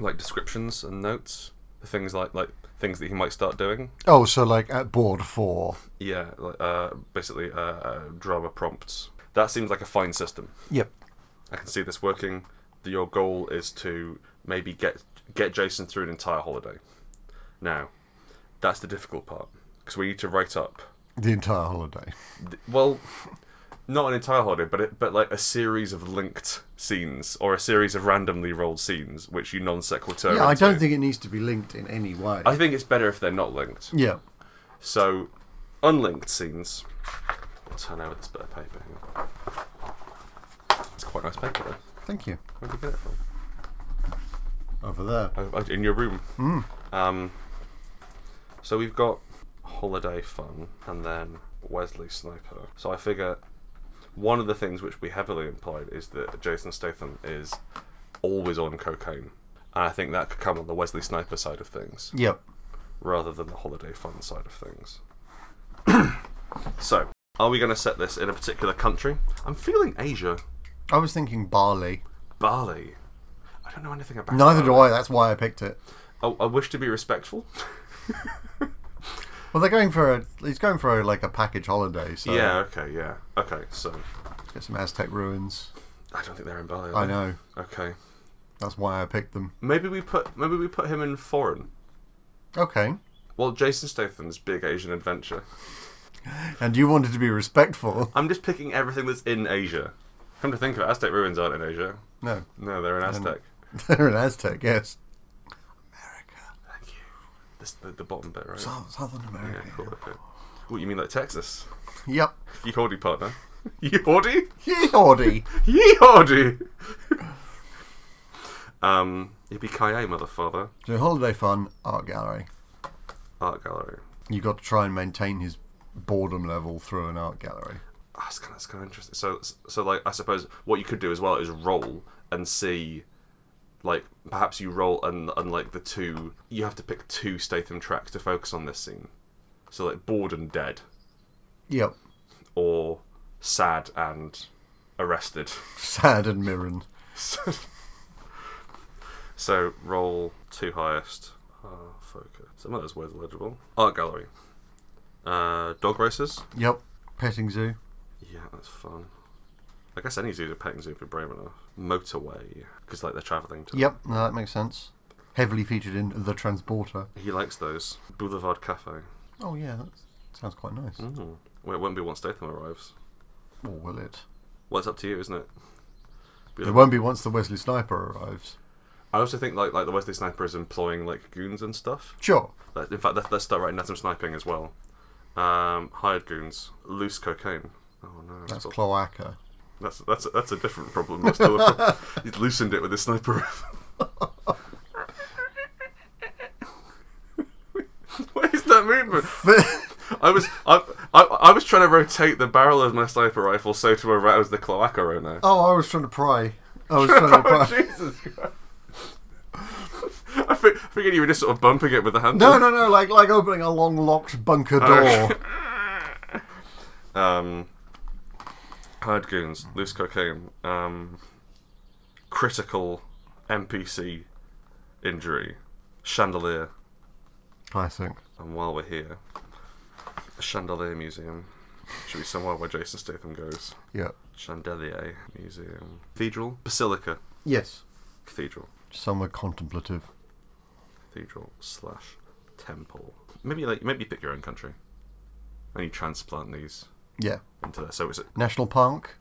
[SPEAKER 2] like descriptions and notes, things like like things that he might start doing.
[SPEAKER 1] Oh, so like at board four.
[SPEAKER 2] Yeah, like, uh, basically uh, uh, drama prompts. That seems like a fine system.
[SPEAKER 1] Yep.
[SPEAKER 2] I can see this working. Your goal is to maybe get get Jason through an entire holiday. Now, that's the difficult part because we need to write up.
[SPEAKER 1] The entire holiday.
[SPEAKER 2] th- Well, not an entire holiday, but it, but like a series of linked scenes or a series of randomly rolled scenes, which you non sequitur.
[SPEAKER 1] yeah, I
[SPEAKER 2] into.
[SPEAKER 1] don't think it needs to be linked in any way.
[SPEAKER 2] I think it's better if they're not linked.
[SPEAKER 1] Yeah.
[SPEAKER 2] So, unlinked scenes. I'll turn over this bit of paper. Hang on. It's quite nice paper, though.
[SPEAKER 1] Thank you.
[SPEAKER 2] Where did you get it from?
[SPEAKER 1] Over there.
[SPEAKER 2] Oh, oh, in your room.
[SPEAKER 1] Mm.
[SPEAKER 2] Um, so we've got holiday fun and then Wesley Sniper. So I figure one of the things which we heavily implied is that Jason Statham is always on cocaine. And I think that could come on the Wesley Sniper side of things
[SPEAKER 1] Yep.
[SPEAKER 2] rather than the holiday fun side of things. [COUGHS] so, are we going to set this in a particular country? I'm feeling Asia.
[SPEAKER 1] I was thinking Bali.
[SPEAKER 2] Bali. I don't know anything about
[SPEAKER 1] Neither do I. That's why I picked it.
[SPEAKER 2] I. I wish to be respectful.
[SPEAKER 1] Well, they're going for a. He's going for a, like a package holiday. So
[SPEAKER 2] Yeah, okay, yeah. Okay, so
[SPEAKER 1] Get some Aztec ruins.
[SPEAKER 2] I don't think they're in Bali. Are
[SPEAKER 1] I
[SPEAKER 2] they?
[SPEAKER 1] know.
[SPEAKER 2] Okay.
[SPEAKER 1] That's why I picked them.
[SPEAKER 2] Maybe we put maybe we put him in foreign.
[SPEAKER 1] Okay.
[SPEAKER 2] Well, Jason Statham's big Asian adventure.
[SPEAKER 1] And you wanted to be respectful.
[SPEAKER 2] I'm just picking everything that's in Asia. Come to think of it, Aztec ruins aren't in Asia.
[SPEAKER 1] No,
[SPEAKER 2] No, they're in Aztec.
[SPEAKER 1] [LAUGHS] they're an Aztec. Yes. America.
[SPEAKER 2] Thank you. This the, the bottom bit, right?
[SPEAKER 1] South, Southern
[SPEAKER 2] yeah,
[SPEAKER 1] America.
[SPEAKER 2] cool. Okay. What you mean like Texas?
[SPEAKER 1] Yep.
[SPEAKER 2] Ye hardy partner. [LAUGHS] Ye hardy?
[SPEAKER 1] Yeehawdy.
[SPEAKER 2] Ye hardy. [LAUGHS] um, yippee ki motherfather.
[SPEAKER 1] so holiday fun art gallery.
[SPEAKER 2] Art gallery.
[SPEAKER 1] You got to try and maintain his boredom level through an art gallery.
[SPEAKER 2] Oh, that's kind of, that's kind of interesting. So, so like, I suppose what you could do as well is roll and see, like, perhaps you roll and and like the two you have to pick two Statham tracks to focus on this scene. So like bored and dead,
[SPEAKER 1] Yep.
[SPEAKER 2] or sad and arrested. [LAUGHS]
[SPEAKER 1] Sad and Mirren.
[SPEAKER 2] so roll two highest. Uh, focus. Some of those words are legible. Art gallery. Uh, dog races.
[SPEAKER 1] Yep. Petting zoo.
[SPEAKER 2] Yeah, that's fun. I guess any zoo's a petting zoo if you're brave enough. Motorway, because like they're traveling to.
[SPEAKER 1] Yep. No, that makes sense. Heavily featured in The Transporter.
[SPEAKER 2] He likes those. Boulevard Cafe.
[SPEAKER 1] Oh yeah, that sounds quite nice.
[SPEAKER 2] Mm. Well, it won't be once Statham arrives.
[SPEAKER 1] Or will it?
[SPEAKER 2] Well, it's up to you, isn't it? Be
[SPEAKER 1] It
[SPEAKER 2] like-
[SPEAKER 1] won't be once the Wesley Sniper arrives.
[SPEAKER 2] I also think like like the Wesley Sniper is employing like goons and stuff.
[SPEAKER 1] Sure.
[SPEAKER 2] Like, in fact, let's, let's start writing down some sniping as well. Um, hired goons, loose cocaine. Oh no,
[SPEAKER 1] That's
[SPEAKER 2] that's
[SPEAKER 1] cloaca. [LAUGHS]
[SPEAKER 2] that's that's a, that's a different problem. That's still a problem. He's loosened it with his sniper rifle. [LAUGHS] what is that movement? I was I, I I was trying to rotate the barrel of my sniper rifle so to arouse the cloaca owner.
[SPEAKER 1] oh, I was trying to pry. I [LAUGHS] was trying to
[SPEAKER 2] Oh,
[SPEAKER 1] pry.
[SPEAKER 2] [LAUGHS] Jesus Christ. I fi- I figured you were just sort of bumping it with the handle.
[SPEAKER 1] No, no, no! Like, like opening a long locked bunker [LAUGHS] door.
[SPEAKER 2] Um, hired goons, loose cocaine, um, critical NPC injury, chandelier,
[SPEAKER 1] Classic.
[SPEAKER 2] and while we're here, the chandelier museum should be somewhere where Jason Statham goes.
[SPEAKER 1] Yeah.
[SPEAKER 2] Chandelier museum, cathedral, basilica,
[SPEAKER 1] Yes.
[SPEAKER 2] cathedral.
[SPEAKER 1] Somewhere contemplative.
[SPEAKER 2] cathedral slash temple. Maybe like maybe you pick your own country, and you transplant these
[SPEAKER 1] Yeah.
[SPEAKER 2] into there. So it's a
[SPEAKER 1] National park.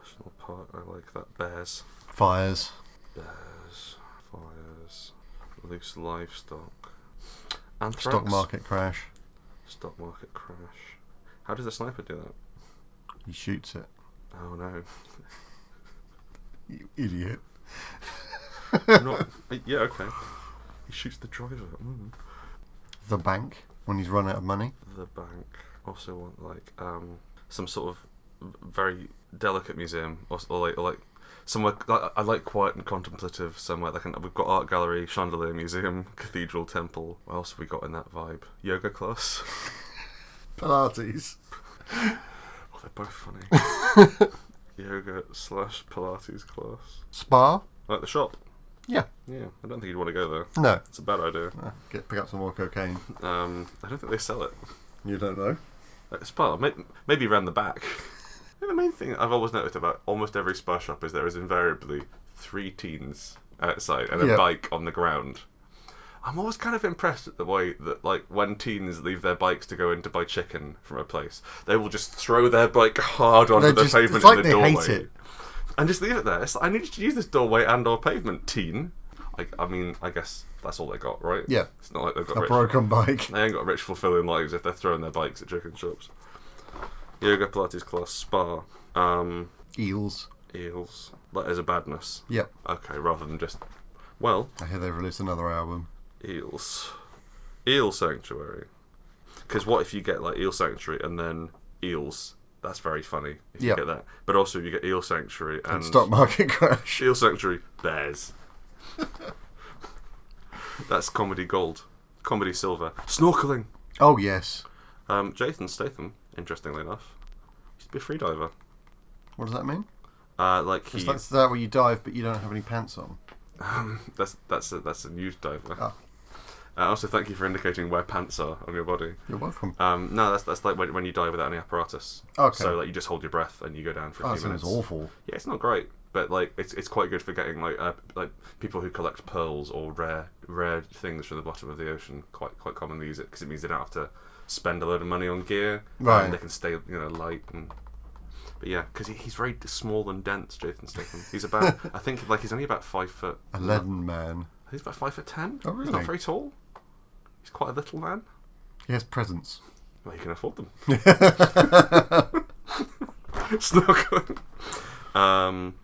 [SPEAKER 2] national park. I like that. Bears,
[SPEAKER 1] Fires.
[SPEAKER 2] bears, fires, loose livestock, anthrax.
[SPEAKER 1] Stock market crash.
[SPEAKER 2] Stock market crash. How does the sniper do that?
[SPEAKER 1] He shoots it.
[SPEAKER 2] Oh no.
[SPEAKER 1] You idiot.
[SPEAKER 2] Not, yeah. Okay. He shoots the driver. Mm.
[SPEAKER 1] The bank when he's run out of money.
[SPEAKER 2] the bank. Also want like um, some sort of very delicate museum, or, or like or like somewhere. I, I like quiet and contemplative somewhere. Like an, we've got art gallery, chandelier museum, [LAUGHS] cathedral, temple. What else have we got in that vibe? Yoga class. [LAUGHS]
[SPEAKER 1] Pilates.
[SPEAKER 2] Oh, they're both funny. Yoga slash Pilates class.
[SPEAKER 1] Spa.
[SPEAKER 2] Like the shop.
[SPEAKER 1] Yeah.
[SPEAKER 2] Yeah, I don't think you'd want to go there.
[SPEAKER 1] No.
[SPEAKER 2] It's a bad idea.
[SPEAKER 1] Ah, Get pick up some more cocaine.
[SPEAKER 2] Um, I don't think they sell it.
[SPEAKER 1] You don't know.
[SPEAKER 2] Like spa, may- maybe around the back. [LAUGHS] the main thing I've always noticed about almost every spa shop is there is invariably three teens outside and a
[SPEAKER 1] Yeah.
[SPEAKER 2] bike on the ground. I'm always kind of impressed at the way that, like, when teens leave their bikes to go in to buy chicken from a place, they will just throw their bike hard onto
[SPEAKER 1] They're
[SPEAKER 2] the
[SPEAKER 1] just-
[SPEAKER 2] pavement
[SPEAKER 1] it's like
[SPEAKER 2] in the
[SPEAKER 1] they hate
[SPEAKER 2] doorway,
[SPEAKER 1] it.
[SPEAKER 2] and just leave it there. It's like, I need you to use this doorway and/or pavement, teen. I, I mean, I guess that's all they got, right?
[SPEAKER 1] Yeah.
[SPEAKER 2] It's not like they've got
[SPEAKER 1] A
[SPEAKER 2] rich-
[SPEAKER 1] broken bike.
[SPEAKER 2] they ain't got rich fulfilling lives if they're throwing their bikes at chicken shops. yoga, Pilates class, spa, um,
[SPEAKER 1] Eels.
[SPEAKER 2] [LAUGHS] eels, letters of badness.
[SPEAKER 1] Yep.
[SPEAKER 2] Okay, rather than just, well,
[SPEAKER 1] I hear they released another album.
[SPEAKER 2] eels, eel sanctuary. Because what if you get like eel sanctuary and then eels? That's very funny if
[SPEAKER 1] Yeah.
[SPEAKER 2] you get that. But also if you get eel sanctuary and,
[SPEAKER 1] And stock market
[SPEAKER 2] [LAUGHS]
[SPEAKER 1] crash.
[SPEAKER 2] eel sanctuary, there's. That's comedy gold, comedy silver, snorkeling.
[SPEAKER 1] Oh yes.
[SPEAKER 2] Um, Jason Statham, interestingly enough, used to be a free diver.
[SPEAKER 1] What does that mean?
[SPEAKER 2] Uh, like he,
[SPEAKER 1] Is that, that where you dive but you don't have any pants on?
[SPEAKER 2] that's that's a, that's a news diver.
[SPEAKER 1] Oh.
[SPEAKER 2] Uh, also, thank you for indicating where pants are on your body.
[SPEAKER 1] You're welcome.
[SPEAKER 2] Um, no, that's that's like when, when you dive without any apparatus.
[SPEAKER 1] Okay.
[SPEAKER 2] So like you just hold your breath and you go down for a
[SPEAKER 1] Oh, that
[SPEAKER 2] few minutes.
[SPEAKER 1] sounds awful.
[SPEAKER 2] Yeah, it's not great, but like it's, it's quite good for getting like uh, like people who collect pearls or rare rare things from the bottom of the ocean. Quite quite commonly use it because it means they don't have to spend a load of money on gear.
[SPEAKER 1] Right.
[SPEAKER 2] And they can stay you know light and. But yeah, because he, he's very small and dense, Jason Statham.
[SPEAKER 1] [LAUGHS]
[SPEAKER 2] He's about I think like he's only about five foot.
[SPEAKER 1] A leaden man.
[SPEAKER 2] He's about five foot ten.
[SPEAKER 1] Oh,
[SPEAKER 2] He's
[SPEAKER 1] really?
[SPEAKER 2] not very tall. He's quite a little man.
[SPEAKER 1] He has presents.
[SPEAKER 2] Well, he can afford them. [LAUGHS] Snorkeling. Um.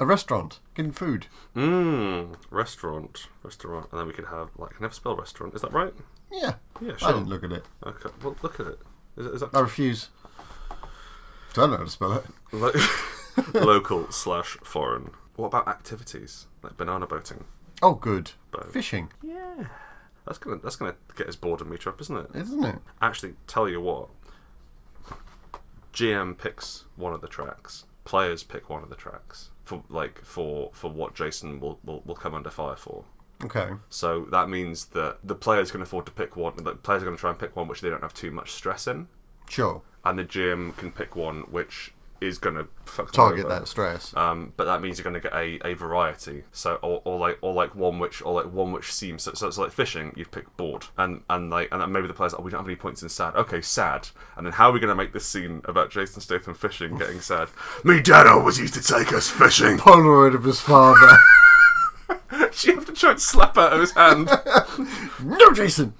[SPEAKER 1] A restaurant. Getting food.
[SPEAKER 2] Mmm. Restaurant. Restaurant. And then we could have like I can never spell restaurant. Is that right?
[SPEAKER 1] Yeah.
[SPEAKER 2] Yeah.
[SPEAKER 1] I
[SPEAKER 2] Sure.
[SPEAKER 1] didn't look at it.
[SPEAKER 2] Okay. Well, look at it. Is, is [LAUGHS] that
[SPEAKER 1] I refuse. don't know how to spell it.
[SPEAKER 2] lo- [LAUGHS] local slash foreign? What about activities like banana boating?
[SPEAKER 1] Oh, good.
[SPEAKER 2] Boat.
[SPEAKER 1] Fishing,
[SPEAKER 2] Yeah. That's gonna that's gonna get his boredom meter up, isn't it?
[SPEAKER 1] isn't it?
[SPEAKER 2] Actually, tell you what. GM picks one of the tracks. Players pick one of the tracks for like for for what Jason will will, will come under fire for.
[SPEAKER 1] Okay.
[SPEAKER 2] So that means that the players can afford to pick one. The players are going to try and pick one which they don't have too much stress in,
[SPEAKER 1] Sure.
[SPEAKER 2] and the GM can pick one which is going to fuck them
[SPEAKER 1] Target
[SPEAKER 2] over.
[SPEAKER 1] that stress.
[SPEAKER 2] Um, but that means you're going to get a, a variety. So or, or like or like one which or like one which seems so, so it's like fishing. You'd pick bored and and like and then maybe the players oh we don't have any points in sad. Okay, sad. And then how are we going to make this scene about Jason Statham
[SPEAKER 1] [LAUGHS]
[SPEAKER 2] fishing getting sad? Me dad always used to take us fishing. [LAUGHS]
[SPEAKER 1] Polaroid of his father.
[SPEAKER 2] you have to try and slap out of his hand.
[SPEAKER 1] no, Jason.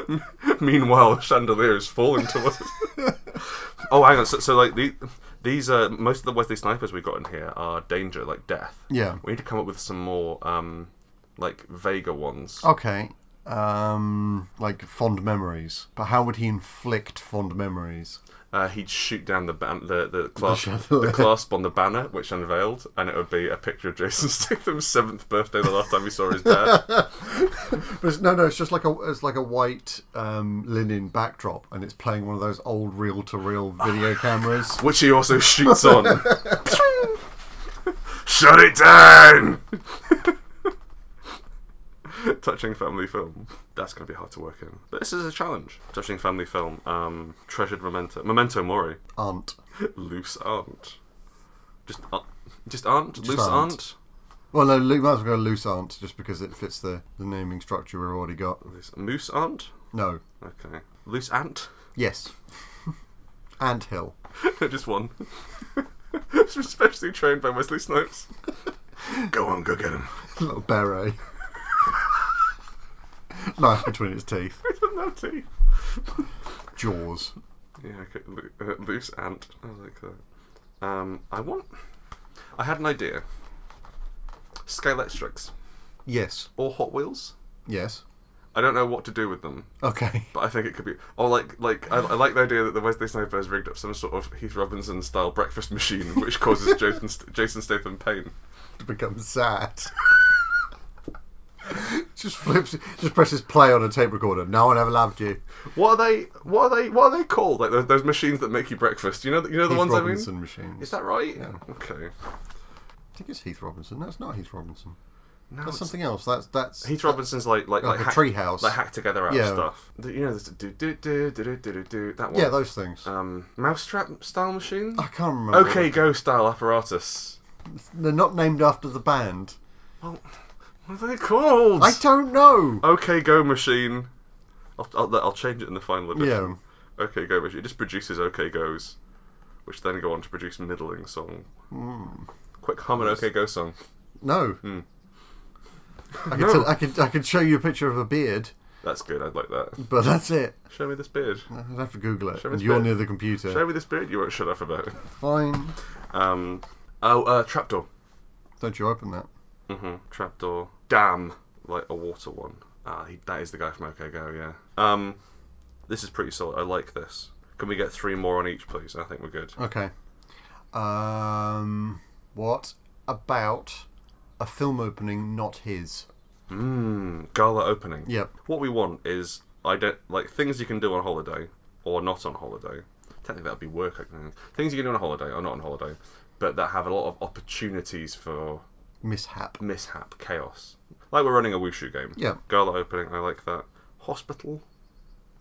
[SPEAKER 2] [LAUGHS] Meanwhile, a chandelier is falling
[SPEAKER 1] [LAUGHS]
[SPEAKER 2] towards us. oh, hang on. So, so like the, these uh, most of the Wesley snipers we got in here are danger, like death.
[SPEAKER 1] Yeah.
[SPEAKER 2] We need to come up with some more um, like vaguer ones.
[SPEAKER 1] Okay. Um, like fond memories. But how would he inflict fond memories?
[SPEAKER 2] Uh, he'd shoot down the ban- the the clasp, the,
[SPEAKER 1] chandelier.
[SPEAKER 2] clasp on the banner which unveiled, and it would be a picture of Jason Statham's seventh birthday, the last time we saw his dad.
[SPEAKER 1] But it's, no, no. It's just like a it's like a white um, linen backdrop, and it's playing one of those old reel-to-reel video cameras.
[SPEAKER 2] which he also shoots [LAUGHS] on. Shut it down! Touching family film. That's going to be hard to work in. But this is a challenge. Touching family film. Um, treasured memento. Memento mori.
[SPEAKER 1] Aunt.
[SPEAKER 2] Loose aunt. Just, uh, just aunt. loose aunt.
[SPEAKER 1] aunt. Well, no, we might as well go loose aunt, just because it fits the, the naming structure we've already got.
[SPEAKER 2] Loose- moose aunt.
[SPEAKER 1] No.
[SPEAKER 2] Okay. Loose ant. [LAUGHS]
[SPEAKER 1] Yes. [LAUGHS] Ant hill.
[SPEAKER 2] just one. [LAUGHS] Especially trained by Wesley Snipes. go on, go [LAUGHS] get him.
[SPEAKER 1] little beret. [LAUGHS] Knife between its teeth.
[SPEAKER 2] Personality.
[SPEAKER 1] Jaws.
[SPEAKER 2] Yeah, okay, loo- uh, loose ant. I like that. Um, I want. I had an idea. Scalextrics
[SPEAKER 1] Yes.
[SPEAKER 2] or Hot Wheels.
[SPEAKER 1] Yes.
[SPEAKER 2] I don't know what to do with them,
[SPEAKER 1] Okay. [LAUGHS]
[SPEAKER 2] but I think it could be. Or like, like I, I like the idea that the Wesley Snipers rigged up some sort of Heath Robinson style breakfast machine,
[SPEAKER 1] [LAUGHS]
[SPEAKER 2] which causes Jason St- Jason Statham pain.
[SPEAKER 1] To become sad. [LAUGHS] just flips. Just presses play on a tape recorder. No one ever loved you.
[SPEAKER 2] What are they? What are they? What are they called? Like those, those machines that make you breakfast. You know, you know the
[SPEAKER 1] Heath
[SPEAKER 2] ones
[SPEAKER 1] Robinson
[SPEAKER 2] I mean.
[SPEAKER 1] machine.
[SPEAKER 2] Is that right?
[SPEAKER 1] Yeah.
[SPEAKER 2] Okay.
[SPEAKER 1] I think it's Heath Robinson. No, it's not Heath Robinson.
[SPEAKER 2] No,
[SPEAKER 1] That's
[SPEAKER 2] it's-
[SPEAKER 1] something else. That's that's.
[SPEAKER 2] Heath Robinson's like like
[SPEAKER 1] Like a
[SPEAKER 2] like, hack-
[SPEAKER 1] treehouse.
[SPEAKER 2] like hack together out
[SPEAKER 1] Yeah.
[SPEAKER 2] stuff. The- You know, there's do do do do do do do do that one.
[SPEAKER 1] yeah, those Oh, things.
[SPEAKER 2] um mousetrap style machine.
[SPEAKER 1] I can't remember.
[SPEAKER 2] Okay, go style apparatus.
[SPEAKER 1] They're not named after the band.
[SPEAKER 2] Well, what are they called?
[SPEAKER 1] I don't
[SPEAKER 2] [LAUGHS]
[SPEAKER 1] know.
[SPEAKER 2] okay, go machine. I'll, I'll I'll change it in the final
[SPEAKER 1] Yeah.
[SPEAKER 2] edition. Okay, go machine. It just produces okay goes, which then go on to produce middling song.
[SPEAKER 1] Hmm.
[SPEAKER 2] Quick hum an okay go song.
[SPEAKER 1] No. I, could
[SPEAKER 2] No.
[SPEAKER 1] tell- I could I could show you a picture of a beard.
[SPEAKER 2] That's good. I'd like that.
[SPEAKER 1] But that's it.
[SPEAKER 2] Show me this beard.
[SPEAKER 1] I'd have to Google it.
[SPEAKER 2] Show me
[SPEAKER 1] and
[SPEAKER 2] his
[SPEAKER 1] you're
[SPEAKER 2] beard.
[SPEAKER 1] near the computer.
[SPEAKER 2] Show me this beard. You won't shut up about.
[SPEAKER 1] Fine.
[SPEAKER 2] Um. Oh, uh, trapdoor.
[SPEAKER 1] Don't you open that.
[SPEAKER 2] Mm-hmm. Trapdoor. Damn. Like a water one. Ah, he, that is the guy from OK Go. Yeah. Um. This is pretty solid. I like this. Can we get three more on each, please? I think we're good.
[SPEAKER 1] Okay. Um, what about a film opening not his?
[SPEAKER 2] Mmm. Gala opening.
[SPEAKER 1] Yep.
[SPEAKER 2] What we want is I don't like things you can do on holiday or not on holiday. Technically, that'd be work. I think. Things you can do on holiday or not on holiday, but that have a lot of opportunities for
[SPEAKER 1] Mishap.
[SPEAKER 2] mishap, chaos. Like we're running a wushu game.
[SPEAKER 1] Yeah.
[SPEAKER 2] Gala opening. I like that. Hospital.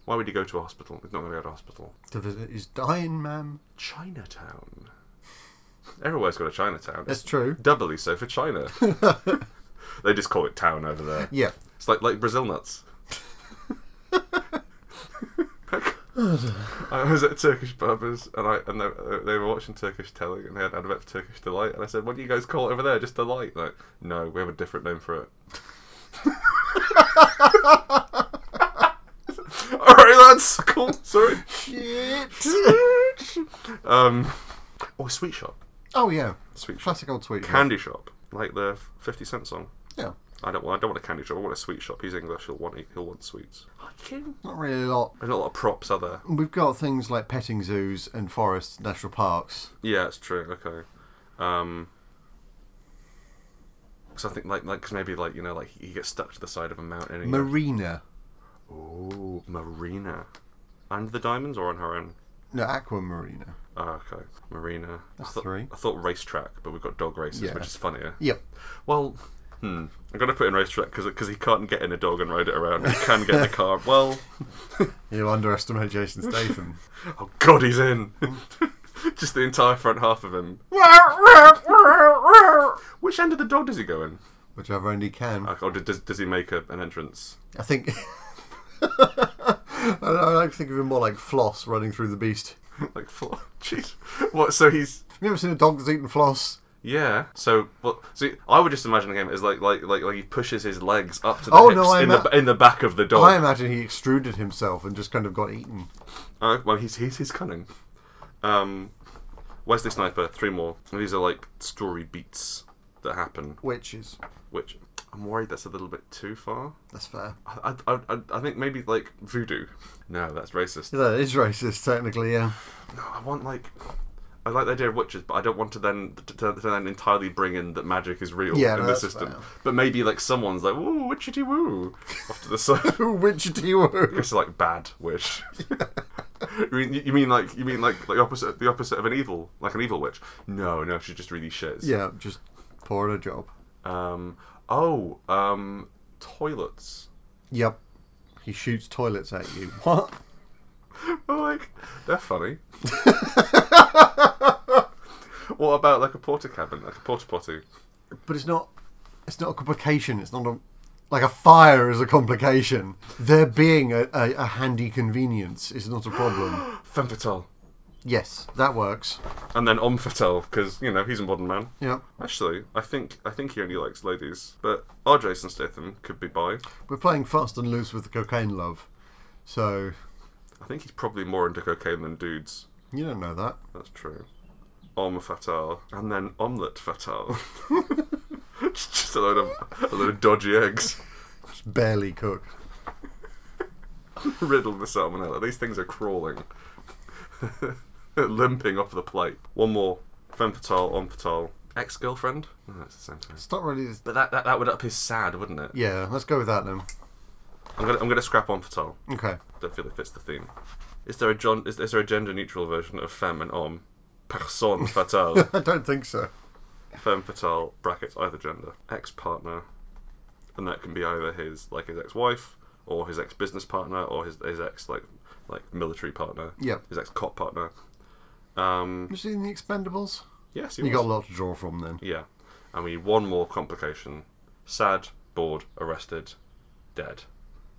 [SPEAKER 2] Why would he go to a hospital? He's not going to go to a hospital.
[SPEAKER 1] To visit his dying man.
[SPEAKER 2] Chinatown. Everywhere's got a Chinatown.
[SPEAKER 1] That's true.
[SPEAKER 2] Doubly so for China. they just call it town over there.
[SPEAKER 1] Yeah.
[SPEAKER 2] It's like like Brazil nuts. I was at Turkish Barbers and I and they, they were watching Turkish telly and they had an ad about Turkish delight and I said, "What do you guys call it over there? Just delight?" Like, no, we have a different name for it. [LAUGHS] All right, that's cool. Sorry. Um, or sweet shop,
[SPEAKER 1] oh yeah.
[SPEAKER 2] sweet shop,
[SPEAKER 1] Classic old sweet.
[SPEAKER 2] candy shop, like the Fifty Cent song.
[SPEAKER 1] Yeah.
[SPEAKER 2] I don't want. I don't want a candy shop. I want a sweet shop. He's English. He'll want. He'll want sweets. There's
[SPEAKER 1] Not really a lot.
[SPEAKER 2] not a lot of props, are there?
[SPEAKER 1] We've got things like petting zoos and forests, national parks.
[SPEAKER 2] Yeah, it's true. Okay. Um. Because I think like like 'cause maybe like you know like he gets stuck to the side of a mountain. And he
[SPEAKER 1] Marina.
[SPEAKER 2] goes, Ooh, Marina, and the diamonds, or on her own.
[SPEAKER 1] No, aqua marina.
[SPEAKER 2] Oh, okay, Marina. I
[SPEAKER 1] That's
[SPEAKER 2] thought,
[SPEAKER 1] three.
[SPEAKER 2] I thought racetrack, but we've got dog races,
[SPEAKER 1] Yeah.
[SPEAKER 2] which is funnier.
[SPEAKER 1] Yep.
[SPEAKER 2] Well, hmm. I'm gonna put in racetrack because he can't get in a dog and ride it around. He can get in a car. Well. [LAUGHS]
[SPEAKER 1] You underestimate Jason [LAUGHS] Statham.
[SPEAKER 2] Oh God, he's in. [LAUGHS] Just the entire front half of him. Which end of the dog does he go in?
[SPEAKER 1] Whichever end he can.
[SPEAKER 2] Like, Or does, does he make a, an entrance? [LAUGHS]
[SPEAKER 1] I think. [LAUGHS] I don't know, I like to think of him more like floss running through the beast.
[SPEAKER 2] Like, fl- [LAUGHS] jeez, what? So he's
[SPEAKER 1] Have you ever seen a dog that's eaten floss?
[SPEAKER 2] yeah. So what? So I would just imagine him as like like like like he pushes his legs up to the
[SPEAKER 1] Oh,
[SPEAKER 2] hips
[SPEAKER 1] no, I
[SPEAKER 2] in
[SPEAKER 1] ima-
[SPEAKER 2] the in the back of the dog.
[SPEAKER 1] I imagine he extruded himself and just kind of got eaten.
[SPEAKER 2] Uh, well, he's, he's he's cunning. Um, Wesley Sniper, three more. These are like story beats that happen,
[SPEAKER 1] Witches.
[SPEAKER 2] which I'm worried that's a little bit too far.
[SPEAKER 1] That's fair.
[SPEAKER 2] I, I, I, I think maybe like voodoo. No, that's racist.
[SPEAKER 1] That is racist, technically, yeah. [LAUGHS]
[SPEAKER 2] No, I want like I like the idea of witches, but I don't want to then to, to then entirely bring in that magic is real
[SPEAKER 1] Yeah,
[SPEAKER 2] in
[SPEAKER 1] no,
[SPEAKER 2] the
[SPEAKER 1] that's
[SPEAKER 2] system.
[SPEAKER 1] fair.
[SPEAKER 2] But maybe like someone's like woo witchity woo off to the side. [LAUGHS]
[SPEAKER 1] Witch do you were?
[SPEAKER 2] it's like bad
[SPEAKER 1] [LAUGHS]
[SPEAKER 2] witch. you, mean, you mean like you mean like like opposite the opposite of an evil like an evil witch? No, no, she's just really shits.
[SPEAKER 1] Yeah, just poor at a job.
[SPEAKER 2] Um. Oh. Um. Toilets.
[SPEAKER 1] Yep. He shoots toilets at you. What?
[SPEAKER 2] I'm like, they're [LAUGHS] funny. what about like a porta cabin, like a porta potty?
[SPEAKER 1] But it's not. It's not a complication. It's not a. Like a fire is a complication. There being a, a, a handy convenience is not a [GASPS] problem.
[SPEAKER 2] Femme fatale.
[SPEAKER 1] yes, that works.
[SPEAKER 2] And then homme fatale, because you know he's a modern man.
[SPEAKER 1] Yep.
[SPEAKER 2] Actually, I think I think he only likes ladies. But our Jason Statham could be bi.
[SPEAKER 1] We're playing fast and loose with the cocaine love. So,
[SPEAKER 2] I think he's probably more into cocaine than dudes.
[SPEAKER 1] you don't know that.
[SPEAKER 2] That's true. Homme fatale, and then omelette fatale. [LAUGHS] Just a load of a load of dodgy eggs.
[SPEAKER 1] It's barely cooked.
[SPEAKER 2] riddled with salmonella. These things are crawling, [LAUGHS] limping off the plate. One more. Femme fatale, on fatale. Ex girlfriend? No, that's the same thing.
[SPEAKER 1] It's not really.
[SPEAKER 2] But that, that, that would up his sad, wouldn't it?
[SPEAKER 1] Yeah, let's go with that then.
[SPEAKER 2] I'm gonna I'm gonna scrap on fatale.
[SPEAKER 1] Okay. [LAUGHS]
[SPEAKER 2] Don't feel it fits the theme. Is there a John? Is, is there a gender neutral version of femme and homme? Personne fatale.
[SPEAKER 1] I don't think so.
[SPEAKER 2] femme fatale brackets either gender. Ex partner, and that can be either his like his ex wife or his ex business partner or his his ex like like military partner.
[SPEAKER 1] Yep.
[SPEAKER 2] his ex cop partner. Um,
[SPEAKER 1] You seen the Expendables?
[SPEAKER 2] yes, he
[SPEAKER 1] You
[SPEAKER 2] was.
[SPEAKER 1] got a lot to draw from then.
[SPEAKER 2] yeah, and we need one more complication: sad, bored, arrested, dead.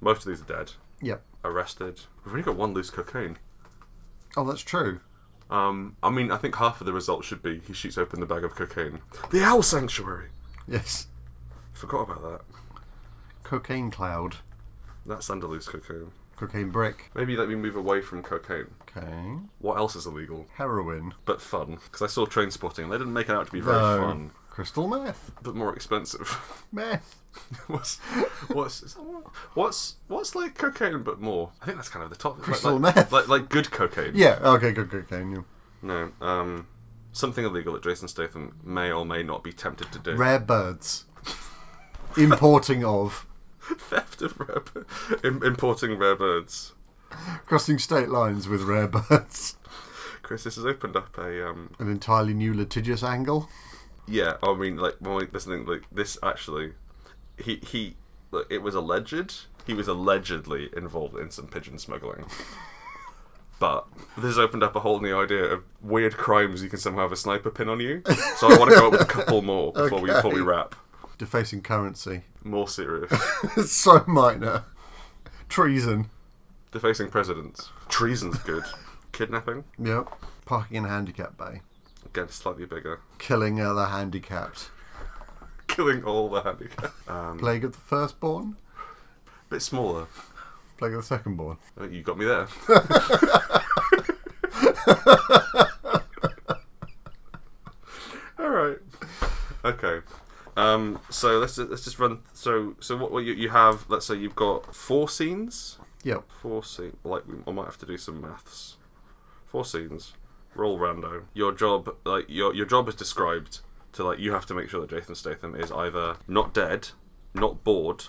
[SPEAKER 2] Most of these are dead.
[SPEAKER 1] Yep.
[SPEAKER 2] Arrested. We've only got one loose cocaine.
[SPEAKER 1] Oh, that's true.
[SPEAKER 2] Um, I mean, I think half of the result should be he shoots open the bag of cocaine. The owl sanctuary.
[SPEAKER 1] Yes.
[SPEAKER 2] Forgot about that.
[SPEAKER 1] Cocaine cloud.
[SPEAKER 2] That's Andalus cocaine.
[SPEAKER 1] Cocaine brick.
[SPEAKER 2] Maybe let me move away from cocaine.
[SPEAKER 1] Okay.
[SPEAKER 2] What else is illegal
[SPEAKER 1] Heroin.
[SPEAKER 2] but fun? Because I saw train spotting. They didn't make it out to be very
[SPEAKER 1] No.
[SPEAKER 2] fun,
[SPEAKER 1] Crystal meth.
[SPEAKER 2] but more expensive. [LAUGHS]
[SPEAKER 1] Meth.
[SPEAKER 2] what's what's is that what- what's what's like cocaine but more? I think that's kind of the top. like-
[SPEAKER 1] Crystal
[SPEAKER 2] like,
[SPEAKER 1] meth.
[SPEAKER 2] Like, like good cocaine.
[SPEAKER 1] Yeah. Okay. Good cocaine. Yeah.
[SPEAKER 2] No. Um, something illegal that Jason Statham may or may not be tempted to do.
[SPEAKER 1] Rare birds. Importing of.
[SPEAKER 2] [LAUGHS] Theft of rare, bir- im- importing rare birds.
[SPEAKER 1] Crossing state lines with rare birds.
[SPEAKER 2] Chris, this has opened up a um.
[SPEAKER 1] An entirely new litigious angle.
[SPEAKER 2] Yeah, I mean, like when we, this thing, like this actually, he he, look, it was alleged. He was allegedly involved in some pigeon smuggling. But this has opened up a whole new idea of weird crimes you can somehow have a sniper pin on you. So I want to go up with a couple more before we before we
[SPEAKER 1] Okay.
[SPEAKER 2] wrap.
[SPEAKER 1] Defacing currency. [LAUGHS]
[SPEAKER 2] More serious.
[SPEAKER 1] It's so minor. Treason.
[SPEAKER 2] Defacing presidents. Treason's good. Kidnapping.
[SPEAKER 1] Yep. Parking in a handicap bay.
[SPEAKER 2] Again, slightly bigger.
[SPEAKER 1] Killing other handicapped.
[SPEAKER 2] Killing all the handicapped. Um,
[SPEAKER 1] Plague of the firstborn.
[SPEAKER 2] bit smaller.
[SPEAKER 1] Plague of the secondborn.
[SPEAKER 2] Oh, You got me there. All right. Okay. Um, so let's let's just run. So so what what you you have? Let's say you've got four scenes.
[SPEAKER 1] Yep.
[SPEAKER 2] Four scene. Like we, I might have to do some maths. Four scenes. Roll rando. Your job like your your job is described to like you have to make sure that Jason Statham is either not dead, not bored,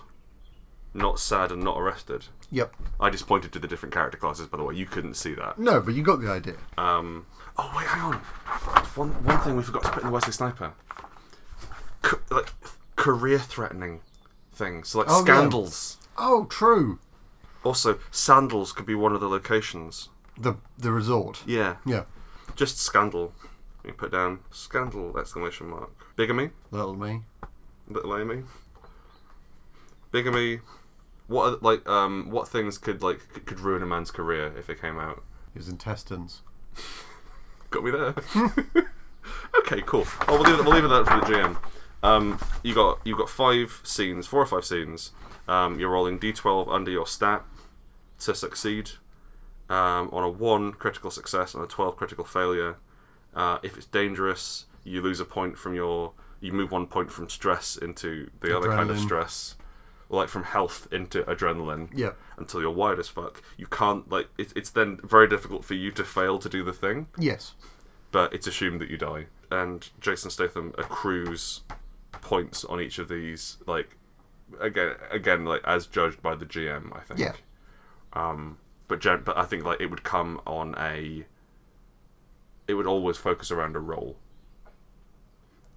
[SPEAKER 2] not sad, and not arrested.
[SPEAKER 1] Yep.
[SPEAKER 2] I just pointed to the different character classes, by the way. You couldn't see that.
[SPEAKER 1] No, but you got the idea.
[SPEAKER 2] Um, oh, wait, hang on. One, one thing we forgot to put in the Wesley Sniper. C- like, career-threatening things. So, like,
[SPEAKER 1] Oh, yeah.
[SPEAKER 2] scandals.
[SPEAKER 1] Oh, true.
[SPEAKER 2] Also, sandals could be one of the locations.
[SPEAKER 1] The the resort.
[SPEAKER 2] Yeah.
[SPEAKER 1] Yeah.
[SPEAKER 2] Just scandal. You put down scandal, exclamation mark. Bigamy?
[SPEAKER 1] Little me.
[SPEAKER 2] Little Amy? Bigamy. What are, like um what things could like c- could ruin a man's career if it came out?
[SPEAKER 1] His intestines.
[SPEAKER 2] Got me there. [LAUGHS] okay, cool. Oh, we'll leave it. We'll leave it at that for the GM. Um, you got you got five scenes, four or five scenes. Um, you're rolling d12 under your stat to succeed. Um, on a one critical success and a 12 critical failure. Uh, if it's dangerous, you lose a point from your. You move one point from stress into the other kind of
[SPEAKER 1] Adrenaline.
[SPEAKER 2] stress, or like from health into adrenaline
[SPEAKER 1] Yep.
[SPEAKER 2] until you're wired as fuck. You can't like it's it's then very difficult for you to fail to do the thing
[SPEAKER 1] Yes.
[SPEAKER 2] but it's assumed that you die. And Jason Statham accrues points on each of these, like again, again, like as judged by the GM, I think.
[SPEAKER 1] Yeah.
[SPEAKER 2] Um, but gen- but I think like it would come on a. It would always focus around a role.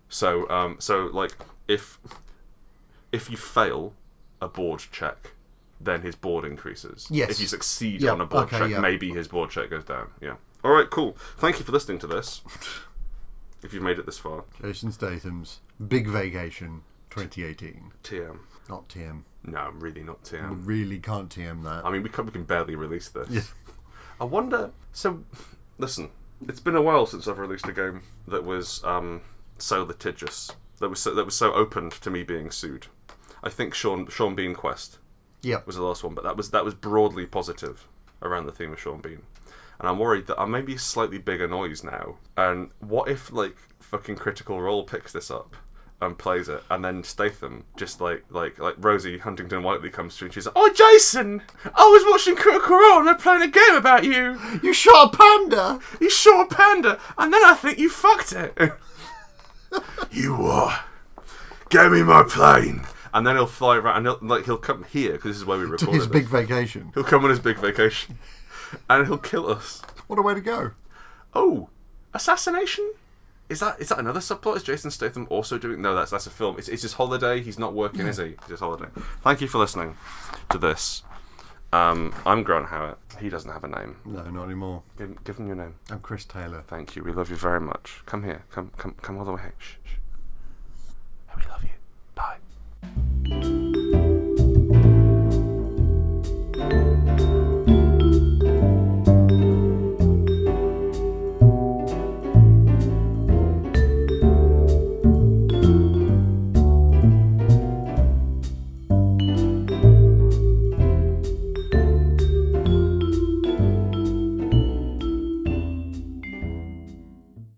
[SPEAKER 2] So um, so like if if you fail a board check, then his board increases.
[SPEAKER 1] Yes.
[SPEAKER 2] If you succeed
[SPEAKER 1] Yeah,
[SPEAKER 2] on a board
[SPEAKER 1] okay,
[SPEAKER 2] check,
[SPEAKER 1] yeah.
[SPEAKER 2] maybe his board check goes down. Yeah. All right. Cool. Thank you for listening to this. If you've made it this far,
[SPEAKER 1] Jason Statham's Big Vacation 2018.
[SPEAKER 2] TM.
[SPEAKER 1] Not TM.
[SPEAKER 2] No, really not TM.
[SPEAKER 1] Really can't TM that.
[SPEAKER 2] I mean, we can, we can barely release this.
[SPEAKER 1] Yeah.
[SPEAKER 2] I wonder. So, listen, it's been a while since I've released a game that was um, so litigious, that was so, that was so open to me being sued. I think Sean Sean Bean Quest
[SPEAKER 1] Yep.
[SPEAKER 2] was the last one, but that was that was broadly positive around the theme of Sean Bean, and I'm worried that I may be a slightly bigger noise now. And what if like fucking Critical Role picks this up? And plays it, and then Statham just like like like Rosie Huntington Whiteley comes through, and she's like, "Oh, Jason, I was watching Critical Role, and they're playing a game about you.
[SPEAKER 1] You shot a panda!
[SPEAKER 2] You shot a panda, and then I think you fucked it. [LAUGHS] you what? Get me my plane. And then he'll fly around, and he'll, like he'll come here because this is [LAUGHS] where we record.
[SPEAKER 1] His
[SPEAKER 2] it.
[SPEAKER 1] big vacation.
[SPEAKER 2] He'll come on his big vacation, and he'll kill us.
[SPEAKER 1] What a way to go.
[SPEAKER 2] Oh, assassination? Is that is that another subplot? Is Jason Statham also doing? No, that's that's a film. It's, it's his holiday. He's not working, is he? It's his holiday. Thank you for listening to this. Um, I'm Grant Howard. He doesn't have a name.
[SPEAKER 1] No, not anymore.
[SPEAKER 2] Give, give him your name.
[SPEAKER 1] I'm Chris Taylor.
[SPEAKER 2] Thank you. We love you very much. Come here. Come come come all the way. Shh, shh. We love you.